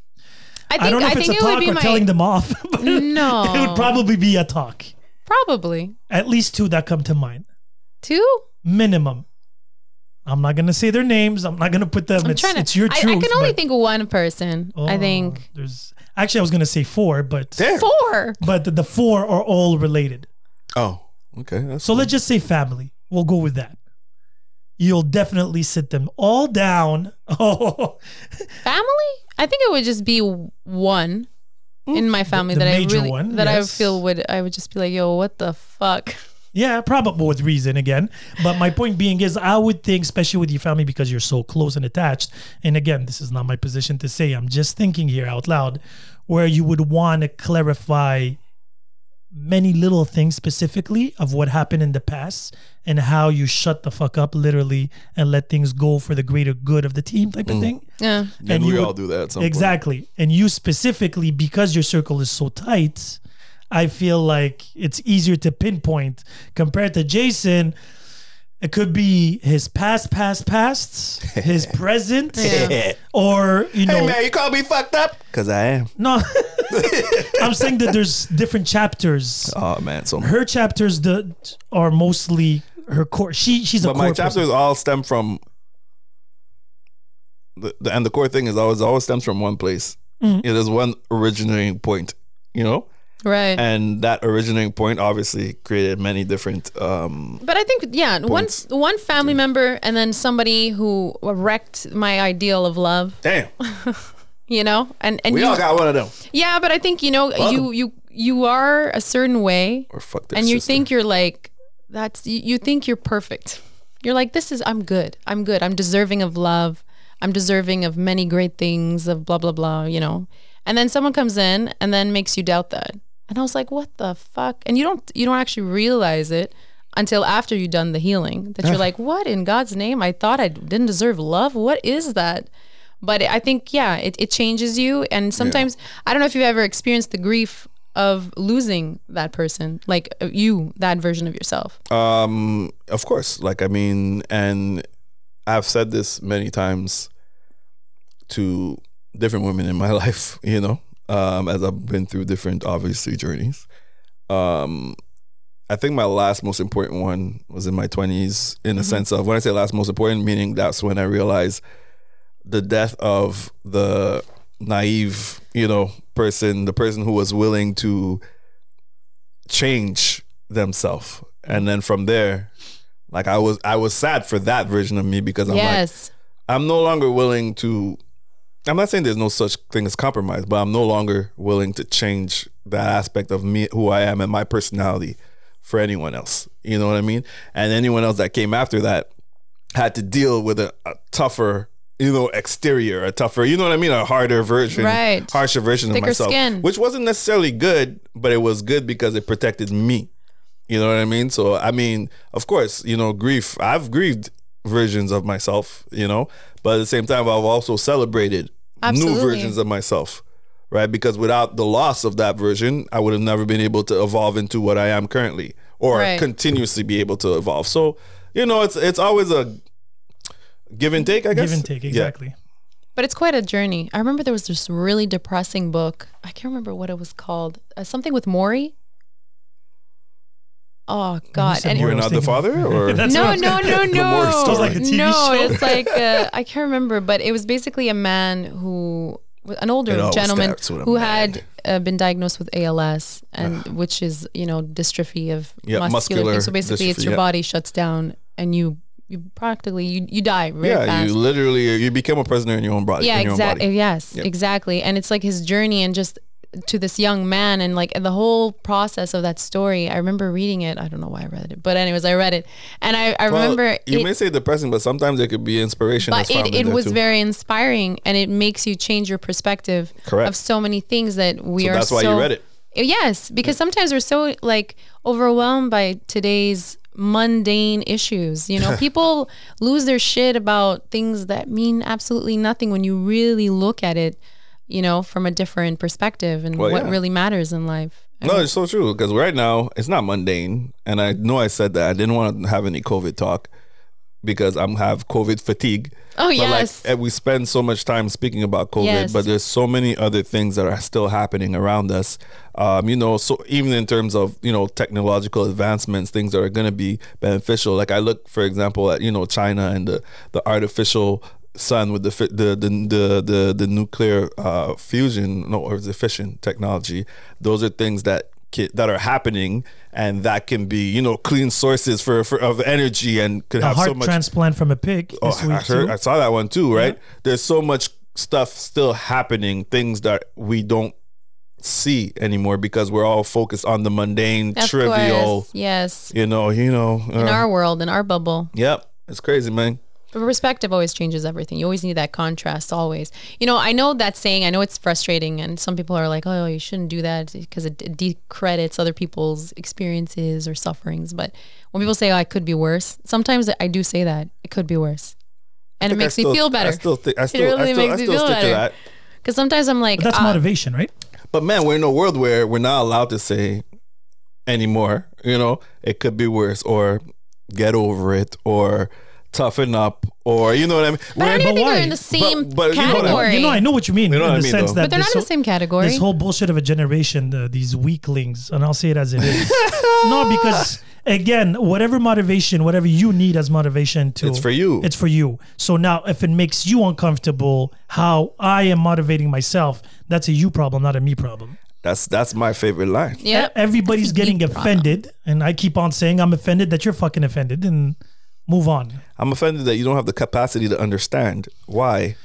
I think
I don't know if it's
think
a
it would
talk
be
or
my
telling them off, but
no.
it would probably be a talk.
probably
At least two that come to mind
two.
minimum. I'm not gonna say their names. I'm not gonna put them.
I'm
it's,
trying to.
it's your
I,
truth.
I can only
but-
think one person. I
Oh,
think
there's actually I was gonna say four, but
damn.
four.
but the, the four are all related.
Oh, okay. That's
So let's just say family. We'll go with that. You'll definitely sit them all down. Oh,
family i think it would just be one in my family
The
that i
major
really
one,
that
yes.
i feel would i would just be like yo what the fuck
Yeah, probably with reason again. But my point being is, I would think, especially with your family, because you're so close and attached. And again, this is not my position to say. I'm just thinking here out loud, where you would want to clarify many little things specifically of what happened in the past and how you shut the fuck up literally and let things go for the greater good of the team type of thing.
yeah
and
and
we
you
all
would-
do that. At some Point.
Exactly. And you specifically, because your circle is so tight, I feel like it's easier to pinpoint compared to Jason. It could be his past, past, past, his present,
Yeah.
or you know,
Hey man, you call me fucked up? Cause I am.
no. I'm saying that there's different chapters.
Oh man, so
Her chapters the, are mostly her core. She she's a
but
core.
my
person.
chapters all stem from the, the and the core thing is always always stems from one place.
Mm.
It is one originating point, you know,
right
and that originating point obviously created many different. um
but i think yeah one
Points.
one family member and then somebody who wrecked my ideal of love
Damn,
you know and and
we
you,
all got one of them.
yeah but i think you know you you you are a certain way
Or fuck this.
and you think you're like that's you, you think you're perfect you're like this is i'm good i'm good i'm deserving of love i'm deserving of many great things of blah blah blah you know and then someone comes in and then makes you doubt that and i was like what the fuck and you don't you don't actually realize it until after you've done the healing that you're like what in god's name i thought i didn't deserve love what is that but i think yeah it, it changes you and sometimes i don't know if you've ever experienced the grief of losing that person like uh, you that version of yourself
Um, of course. Like I mean, and I've said this many times to different women in my life. You know, um, as I've been through different, obviously, journeys. Um, I think my last most important one was in my twenties. In the sense of when I say last most important, meaning that's when I realized the death of the naive, you know, person, the person who was willing to change themselves. And then from there, like I was I was sad for that version of me because I'm like
yes
I'm no longer willing to I'm not saying there's no such thing as compromise, but I'm no longer willing to change that aspect of me, who I am, and my personality for anyone else. You know what I mean? And anyone else that came after that had to deal with a, a tougher, you know, exterior, a tougher, you know what I mean, a harder version,
Right.
harsher version
Thicker
of myself,
skin.
which wasn't necessarily good, but it was good because it protected me. You know what I mean? So I mean, of course, you know, grief. I've grieved versions of myself, you know, but at the same time, I've also celebrated new
Absolutely.
versions of myself, right? Because without the loss of that version, I would have never been able to evolve into what I am currently, or
Right.
continuously be able to evolve. So you know, it's it's always a give and take, I guess.
Give and take,
Yeah.
exactly.
But it's quite a journey. I remember there was this really depressing book. I can't remember what it was called. Uh, something with Maury. Oh God!
said
And-
You're
I
not
was
the
thinking-
father, or
That's what I
no,
was
no,
gonna-
no, no,
Maury
no.
story. Sounds
like a TV
no,
show.
it's like uh, I can't remember, but it was basically a man who, an
It
older
always
gentleman
starts with a
who
man.
had uh, been diagnosed with ALS, and which is you know dystrophy of
Yeah,
muscular.
muscular
things. So basically,
dystrophy,
it's your
yeah.
body shuts down, and you you practically you you die very
yeah,
fast.
you literally you become a prisoner in your own body.
Yeah,
in your own body.
exactly. Yes,
Yeah.
exactly. And it's like his journey and just to this young man and like the whole process of that story. I remember reading it. I don't know why I read it, but anyways, I read it, and I, I
Well,
remember
you
it,
may say depressing, but sometimes it could be inspiration.
but
that's found
it,
in
it
there
was
too.
very inspiring, and it makes you change your perspective
Correct.
of so many things that we
So
are.
that's why you
so-
read it.
Yes, because sometimes we're so like overwhelmed by today's mundane issues. You know, people lose their shit about things that mean absolutely nothing when you really look at it, you know, from a different perspective and
Well,
what
yeah.
really matters in life. I
No,
mean,
it's so true because right now it's not mundane, and I know I said that I didn't want to have any COVID talk because I'm have COVID fatigue.
oh
But like,
yes.
and we spend so much time speaking about COVID,
Yes.
but there's so many other things that are still happening around us. Um, you know, so even in terms of you know technological advancements, things that are going to be beneficial. Like I look, for example, at you know China and the the artificial sun with the fi- the the the the, the nuclear uh, fusion, no, or is it fission technology? Those are things that ki- that are happening and that can be you know clean sources for, for of energy and could
A
have
heart
so much
transplant from a pig
Oh,
this
I,
week
heard,
too.
I saw that one too, right? There's so much stuff still happening, things that we don't see anymore because we're all focused on the mundane,
Of
trivial,
course. Yes.
you know, you know.
In
uh,
our world, in our bubble.
yep, it's crazy, man.
But perspective always changes everything. You always need that contrast, always. You know, I know that saying, I know it's frustrating, and some people are like, oh, you shouldn't do that because it d- decredits other people's experiences or sufferings. But when people say, oh, I could be worse, sometimes I do say that. It could be worse. And it
I
makes
still-
me feel
I
better.
still think I still,
really
I still, I
makes me
still
feel
stick to
better.
that.
Because sometimes I'm like,
But that's
"Ah,
motivation, right?
But man, we're in a world where we're not allowed to say anymore. You know, it could be worse, or get over it, or toughen up, or you know what I mean.
but I
We're-
don't even
But
think
why?
they're in the same
But- but you know what I-
category.
Uh, You know, I know what you mean
know
in
what
the
I mean,
sense
though.
that
but they're not
this
in the
whole-
same category.
this whole bullshit of a generation, uh, these weaklings, and I'll say it as it is. no, because again, whatever motivation, whatever you need as motivation to,
It's for you.
It's for you. So now, if it makes you uncomfortable, how I am motivating myself, that's a you problem, not a me problem. E,
that's that's my favorite line.
yep.
Everybody's
That's a you
getting
problem.
offended, and I keep on saying I'm offended that you're fucking offended, and move on.
I'm offended that you don't have the capacity to understand why,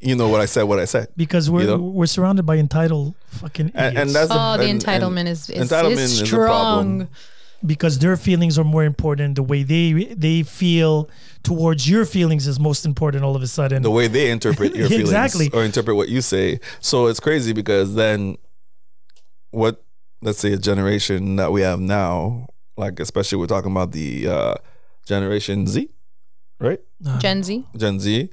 you know, what I said, what I said.
Because we're
You know?
we're surrounded by entitled fucking idiots.
And, and that's
Oh,
and-
the
and
entitlement is, is,
entitlement
is
is a
strong.
problem.
because their feelings are more important. The way they they feel towards your feelings is most important. All of a sudden,
the way they interpret your feelings
Exactly.
or interpret what you say. So it's crazy because then what let's say a generation that we have now, like especially we're talking about the uh generation Z, right?
Uh,
Gen Z.
Gen Z.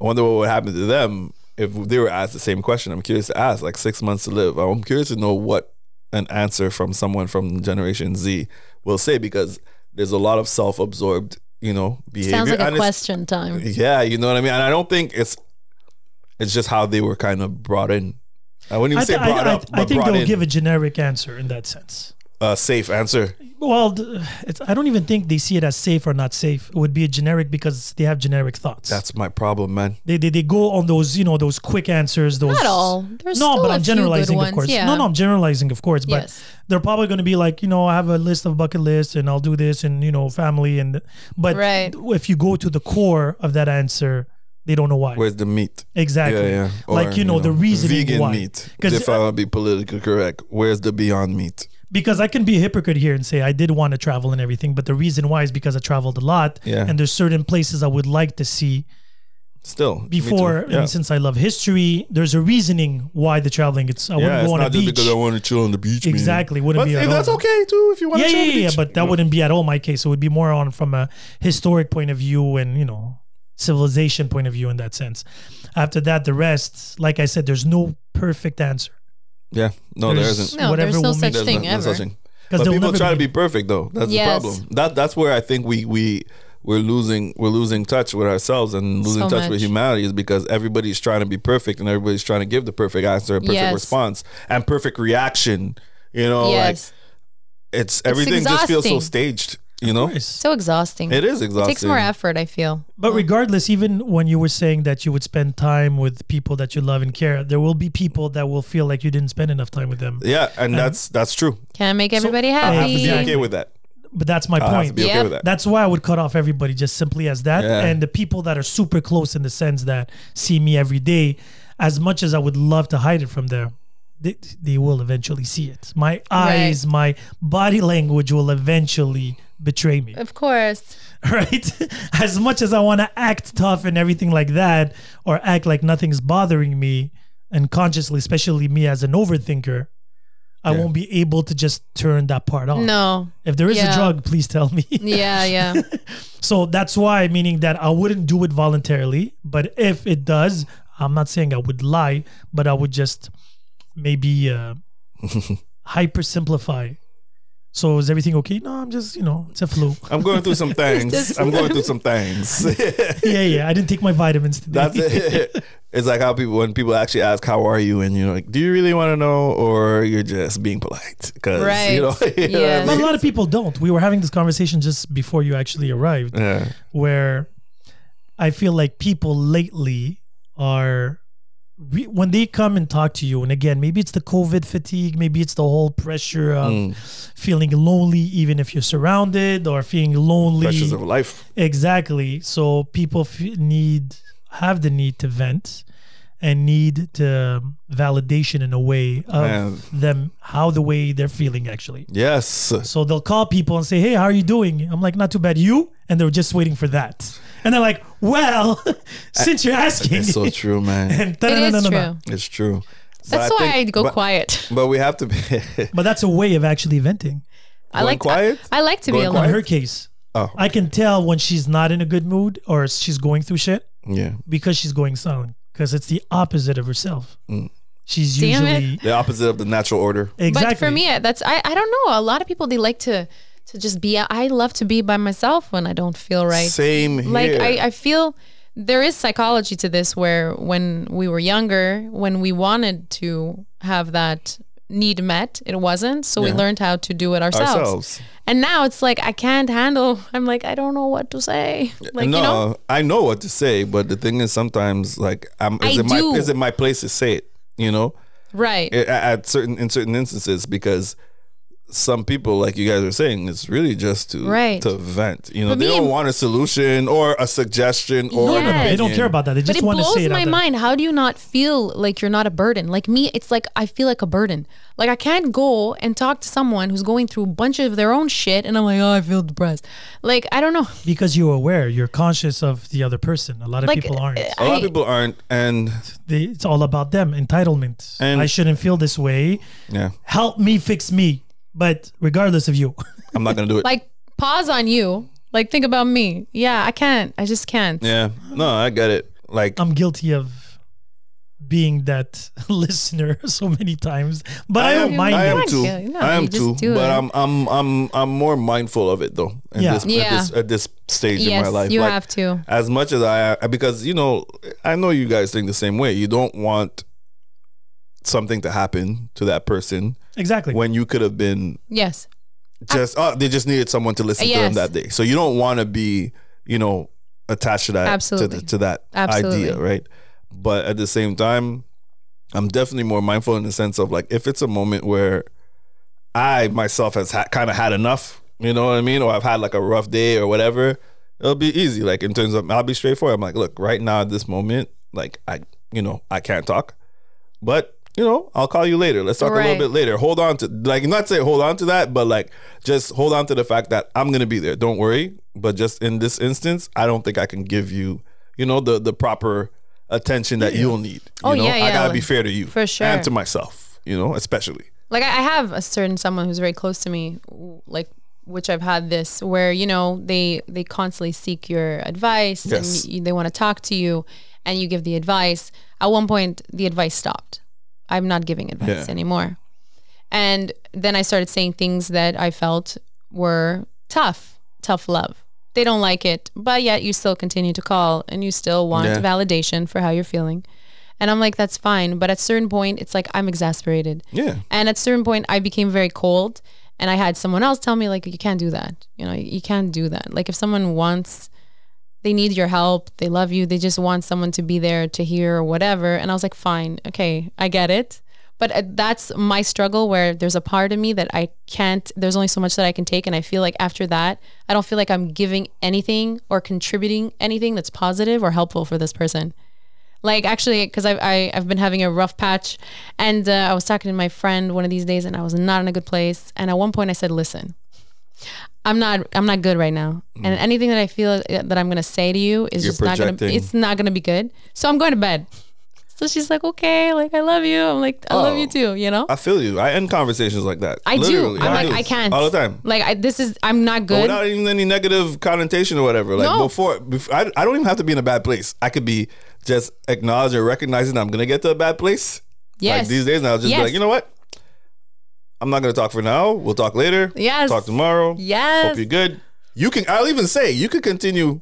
I wonder what would happen to them if they were asked the same question. I'm curious to ask, like six months to live. I'm curious to know what an answer from someone from Generation Z will say because there's a lot of self-absorbed, you know, behavior.
Sounds like a
And it's-
question time.
Yeah, you know what I mean. And I don't think it's it's just how they were kind of brought in. I wouldn't even
I,
say
th- I,
brought
I-
up,
I
but
think
brought
they'll
in.
give a generic answer in that sense.
a safe answer.
Well, th- it's, I don't even think they see it as safe or not safe. It would be a generic because they have generic thoughts.
That's my problem, man.
they, they they go on those you know those quick answers. Those
Not all. There's
no,
still
but
a
I'm
few good
generalizing,
ones,
of course.
yeah.
No, no, I'm generalizing, of course. But
Yes.
they're probably going to be like, you know, I have a list of bucket lists, and I'll do this, and you know, family, and but
Right.
if you go to the core of that answer, They don't know why.
Where's the meat?
Exactly.
Yeah, yeah.
Like, you know, the reasoning
vegan
why.
meat.
'Cause,
If
uh,
I want to be politically correct, where's the beyond meat?
because I can be a hypocrite here and say I did want to travel and everything, but the reason why is because I traveled a lot,
Yeah.
and there's certain places I would like to see
Still me too.
before.
yeah.
And since I love history, there's a reasoning why the traveling. It's I
yeah,
wouldn't
it's
go on a
not just
beach.
because I want to chill on the beach. man.
Exactly, wouldn't
but
be at
if that's
all.
okay too. If you want
yeah,
to chill
yeah,
on the
yeah,
beach,
but that wouldn't be at all my case. It would be more on from a historic point of view and you know civilization point of view in that sense. After that, the rest, like I said, there's no perfect answer.
yeah. No, there
There's-
isn't.
No,
Whatever
there's no
will
such
make-
There's
thing
no-
ever.
no such thing.
'Cause
But
they'll
people
never
try to
be-
be perfect though. That's
Yes.
the problem. That that's where I think we we we're losing we're losing touch with ourselves and losing
So
touch
much.
with humanity is because everybody's trying to be perfect and everybody's trying to give the perfect answer, and perfect
Yes.
response, and perfect reaction. You know,
yes.
like it's everything just feels so
exhausting.
staged. You know,
so exhausting.
it is
It
exhausting.
takes more effort, I feel.
But regardless, even when you were saying that you would spend time with people that you love and care, there will be people that will feel like you didn't spend enough time with them.
Yeah, and that's that's true.
Can I make everybody
I have to
happy?
be
Exactly.
okay with that.
But that's my
I have to
point.
be okay
Yep.
with that.
That's why I would cut off everybody just simply as that.
Yeah.
And the people that are super close in the sense that see me every day, as much as I would love to hide it from them, they, they will eventually see it. My eyes, my body language will eventually betray me.
Of course.
right? As much as I want to act tough and everything like that, or act like nothing's bothering me, and consciously, especially me as an overthinker, I
Yeah.
won't be able to just turn that part off.
No.
If there is a
Yeah.
drug, please tell me.
Yeah, yeah.
so that's why, meaning that I wouldn't do it voluntarily, but if it does, I'm not saying I would lie, but I would just maybe uh, hyper simplify. So is everything okay? No, I'm just, you know, it's a flu.
I'm going through some things.
Just-
I'm going through some things.
yeah, yeah. I didn't take my vitamins today.
That's it. It's like how people when people actually ask how are you and you're like, do you really want to know or you're just being polite because
Right.
you know, you know
Yeah.
what I
But a
mean?
lot of people don't. We were having this conversation just before you actually arrived,
yeah,
where I feel like people lately are re- when they come and talk to you, and again, maybe it's the COVID fatigue, maybe it's the whole pressure of
Mm.
feeling lonely, even if you're surrounded, or feeling lonely.
pressures of life.
Exactly. So people f- need have the need to vent and need to validation in a way of
Man.
them how the way they're feeling actually.
Yes,
So they'll call people and say, "Hey, how are you doing?" I'm like, "Not too bad, you." And they're just waiting for that. And they're like, "Well, since you're asking."
it's so true, man.
And
It is
da-da-da-da-da.
true.
It's true.
That's why I go
but,
quiet.
But we have to be.
But that's a way of actually venting.
I like
quiet?
I, I like to be
Going
alone.
In her case,
oh,
I can tell when she's not in a good mood or she's going through shit
yeah,
because she's going silent because it's the opposite of herself.
Mm.
She's
Damn it.
usually
the opposite of the natural order.
exactly
But for me, that's I, I don't know. A lot of people they like to to just be. I love to be by myself when I don't feel right.
Same here.
like I, I feel there is psychology to this where when we were younger when we wanted to have that need met it wasn't so we
Yeah.
learned how to do it ourselves.
Ourselves.
and now it's like i can't handle i'm like i don't know what to say like
no,
you know
uh, I know what to say, but the thing is, sometimes like, I'm, is
I
it my
do.
is it my place to say it? You know,
right
i- at certain in certain instances because some people like you guys are saying it's really just to
Right.
to vent you know
For
they
me,
don't
it-
want a solution or a suggestion or
No, no, no,
they don't care about that. They
but
just
it
want to
blows
say it. out
my
there.
mind how do you not feel like you're not a burden like me it's like i feel like a burden like i can't go and talk to someone who's going through a bunch of their own shit and i'm like oh i feel depressed like i don't know
because you're aware, you're conscious of the other person. A lot of
Like,
people aren't.
a lot
I-
of people aren't and
they, it's all about them entitlement
And-
i shouldn't feel this way
yeah
help me fix me but regardless of you
i'm not gonna do it
like pause on you like think about me yeah i can't i just can't
yeah no i get it like
i'm guilty of being that listener so many times but i, don't
am,
mind
I
it.
am
Not
too.
guilty. No,
I am
you just
too.
do
But
it.
I'm I'm I'm I'm more mindful of it though. At
Yeah.
This, At
Yeah.
this, at this stage in my
Yes,
life,
you have to.
As much as I, because you know, I know you guys think the same way. You don't want something to happen to that person
exactly
when you could have been
yes
just oh they just needed someone to listen to them
Yes.
that day. So you don't want to be you know attached to that
Absolutely.
to, the, to that
Absolutely.
idea, right? But at the same time, I'm definitely more mindful in the sense of like if it's a moment where I myself has ha- kind of had enough, you know what I mean, or I've had like a rough day or whatever. it'll be easy. Like in terms of, I'll be straightforward. I'm like, look, right now at this moment, like I, you know, I can't talk, but you know, I'll call you later. Let's talk a
Right.
little bit later. Hold on to, like, not say hold on to that, but like, just hold on to the fact that I'm gonna be there. Don't worry. But just in this instance, I don't think I can give you, you know, the the proper attention that you'll need. You
Oh,
know,
yeah,
I
yeah,
gotta
like,
be fair to you
for sure.
and to myself. You know, especially.
like I I have a certain someone who's very close to me, w- like which I've had this where you know they they constantly seek your advice
Yes.
and y they want to talk to you, and you give the advice. At one point, the advice stopped. I'm not giving advice
Yeah.
anymore, and then I started saying things that I felt were tough, tough love. They don't like it, but yet you still continue to call and you still want
Yeah.
validation for how you're feeling. And I'm like, that's fine. But at a certain point, it's like I'm exasperated.
Yeah.
And at a certain point, I became very cold, and I had someone else tell me like, you can't do that. You know, you can't do that. Like if someone wants, they need your help, they love you, they just want someone to be there to hear or whatever. And I was like, fine, okay, I get it. But uh, that's my struggle where there's a part of me that I can't, there's only so much that I can take. And I feel like after that, I don't feel like I'm giving anything or contributing anything that's positive or helpful for this person like actually because I've, I, I've been having a rough patch and uh, i was talking to my friend one of these days and i was not in a good place and at one point i said listen i'm not i'm not good right now and anything that i feel uh, that i'm going to say to you is
Mm. You're
just not going to
projecting.
it's not going to be good so i'm going to bed so she's like okay like i love you i'm like i love you
Oh.
too you know
I feel you. I end conversations like that.
i do
Literally,
i'm like
do
i can't
all the time.
like I, this is i'm not
But
good
without even any negative connotation or whatever. Like
No.
before, before I, I don't even have to be in a bad place. I could be just acknowledging or recognizing I'm gonna get to a bad place.
yes
Like these days, and I'll just
Yes.
be like, you know what? I'm not gonna talk for now. We'll talk later.
Yes.
Talk tomorrow.
yes
Hope you're good. You can. I'll even say you could continue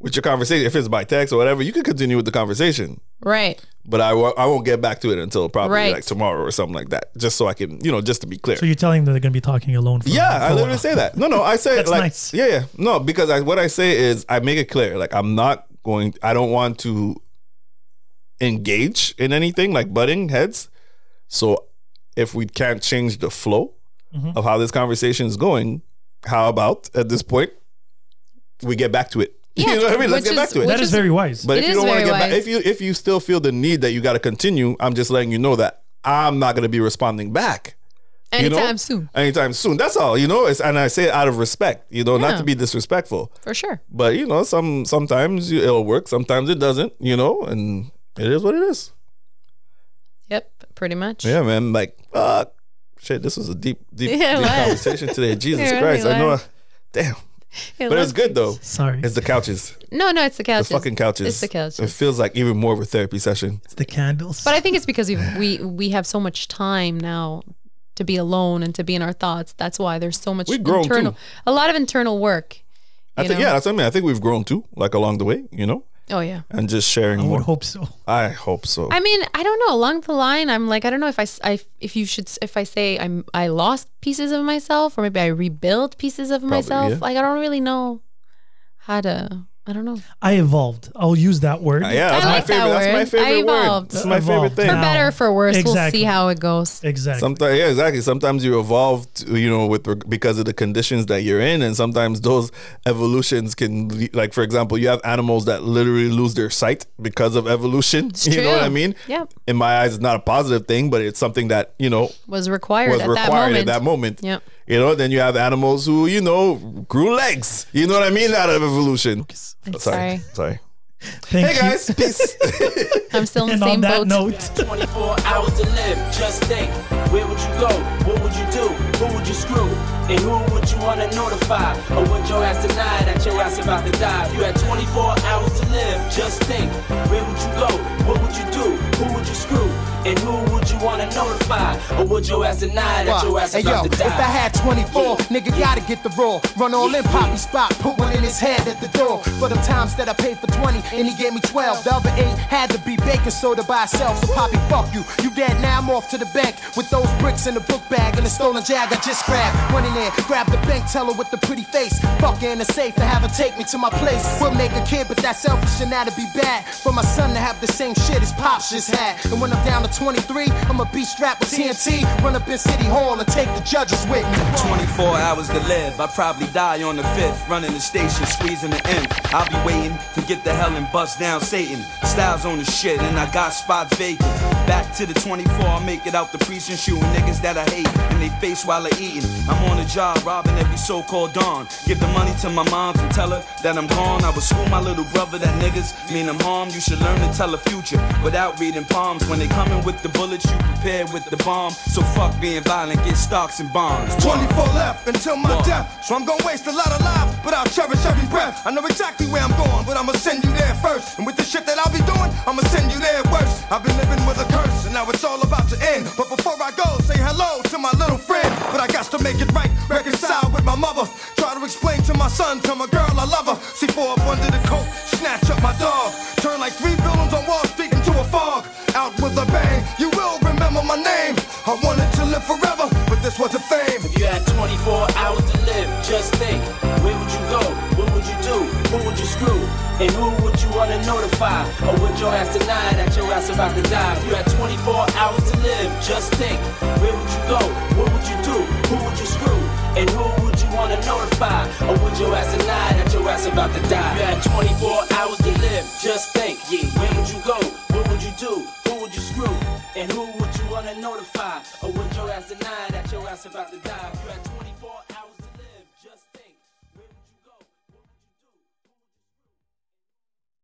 with your conversation if it's by text or whatever. You could continue with the conversation,
right
but I w- I won't get back to it until probably
Right.
like tomorrow or something like that. Just so I can, you know, just to be clear.
So you're telling them they're gonna be talking alone. For
Yeah,
for
I
a
literally
while.
say that. No, no, I say
That's
like
nice.
yeah, yeah. No, because I, what I say is I make it clear. Like I'm not going. I don't want to engage in anything like butting heads. So if we can't change the flow
Mhm.
of how this conversation is going, how about at this point we get back to it?
Yeah,
you know what I mean? Let's
which
get
is-
back to it.
which
That is
is-
very wise.
But
It
if you
is
don't want to
very
get back,
wise.
if you if you still feel the need that you got to continue, I'm just letting you know that I'm not going to be responding back you know?
anytime soon
anytime soon. That's all, you know. It's, and I say it out of respect, you know, not
Yeah.
to be disrespectful.
for sure
But you know, some sometimes you- it'll work, sometimes it doesn't, you know, and it is what it is.
yep pretty much
Yeah, man. Like, fuck, shit. This was a deep, deep,
Yeah, it
deep
was.
conversation today. Jesus
It really
Christ, I know. I,
was.
damn, but it's good though.
Sorry,
It's the couches,
no no it's the
the
couches
fucking couches.
it's the couches
It feels like even more of a therapy session.
it's the candles.
But I think it's because we've, we we have so much time now to be alone and to be in our thoughts. That's why there's so much
We've grown,
internal,
too.
a lot of internal work.
I
you
think,
know?
yeah, that's what I mean. I think we've grown too, like along the way, you know,
Oh yeah.
and just sharing
I
more.
would hope so.
I hope so.
I mean, I don't know. Along the line, I'm like, I don't know if I, s- I- if you should s- if I say I'm I lost pieces of myself or maybe I rebuilt pieces of myself.
yeah.
Like I don't really know how to. I don't know.
I evolved. I'll use that word.
yeah, that's
I
my
like that
favorite. That's my
word. I
favorite word.
evolved.
That's my favorite
Evolved.
thing.
For
Now-
better or for worse, we'll
Exactly.
see how it goes.
Exactly.
Sometimes, yeah, exactly. Sometimes you evolve, to, you know, with reg- because of the conditions that you're in, and sometimes those evolutions can, le- like, for example, you have animals that literally lose their sight because of evolution. you know what
true.
I mean?
Yep.
In my eyes, it's not a positive thing, but it's something that you know
Was required
was
at
required
that moment.
at that moment.
Yep.
You know, then you have animals who, you know, grew legs. You know what I mean? Out of evolution. Sorry,
sorry.
sorry.
Thank
Hey guys, peace.
I'm still
you.
in
And
the
on
same
that
boat.
note.
24 hours to live. Just think, where would you go? What would you do? Who would you screw? And who would you wanna notify? Or would your ass deny that your ass about to die? If you had 24 hours to live, just think, where would you go? What would you do? Who would you screw? And who would you wanna notify? Or would your ass deny that your ass
Hey yo,
about to
if
die?
I had 24, nigga gotta get the raw. Run all in, pop me spot, put one in his head at the door. For the times that I paid for 20, and he gave me 12. The other eight had to be baking soda by itself. So poppy, fuck you. You dead now, I'm off to the bank with those bricks in the book bag and the stolen jag I just grabbed. Went in there, grabbed the bank teller with the pretty face. Fuck her in the safe to have her take me to my place. Would make a kid, but that's selfish and that'd be bad. For my son to have the same shit his pops just had. And when I'm down to 23, I'ma be strapped with TNT.
Run up in City Hall and take the judges with me.
24 hours to live. I probably die on the fifth. Running the station, squeezing the end. I'll be waiting to get the hell and bust down Satan. Styles on the shit, and I got spots vacant. Back to the 24, I make it out the precinct, shooting niggas that I hate in they face while I eating. I'm on the job, robbing every so-called dawn. Give the money to my moms and tell her that I'm gone. I would school my little brother that niggas mean I'm harm. You should learn to tell a future without reading palms. When they coming with the bullets, you prepared with the bomb. So fuck being violent, get stocks and bonds.
24 left until my
Whoa.
death. So I'm gonna waste a lot of lives, but I'll cherish every breath. I know exactly where I'm going, but I'ma send you there first. And with the shit that I'll be doing, I'ma send you there worse. I've been living with a curse, and now it's all about to end. But before I go, say hello to my little friend. But I got to make it right, reconcile with my mother. Try to explain to my son, to my girl, I love her. She pour up under the coat, snatch up my dog. Turn like three villains on Wall Street into a fog. Out with a bang, you will remember my name. I wanted to live forever, but this wasn't fame.
If you had 24 hours to live, just think where would you go? What would you do? Who would you screw? And who would you want to notify? Or would your ass deny that your ass about to die? If you had 24 hours to live, just think where would you go? What would you do? Who would you screw? And who would you want to notify? Or would your ass deny that your ass about to die? If you had 24 hours to live, just think yeah, where would you go? What would you do? Who would you screw? And who would you want to notify? Or would your ass deny that your ass about to die?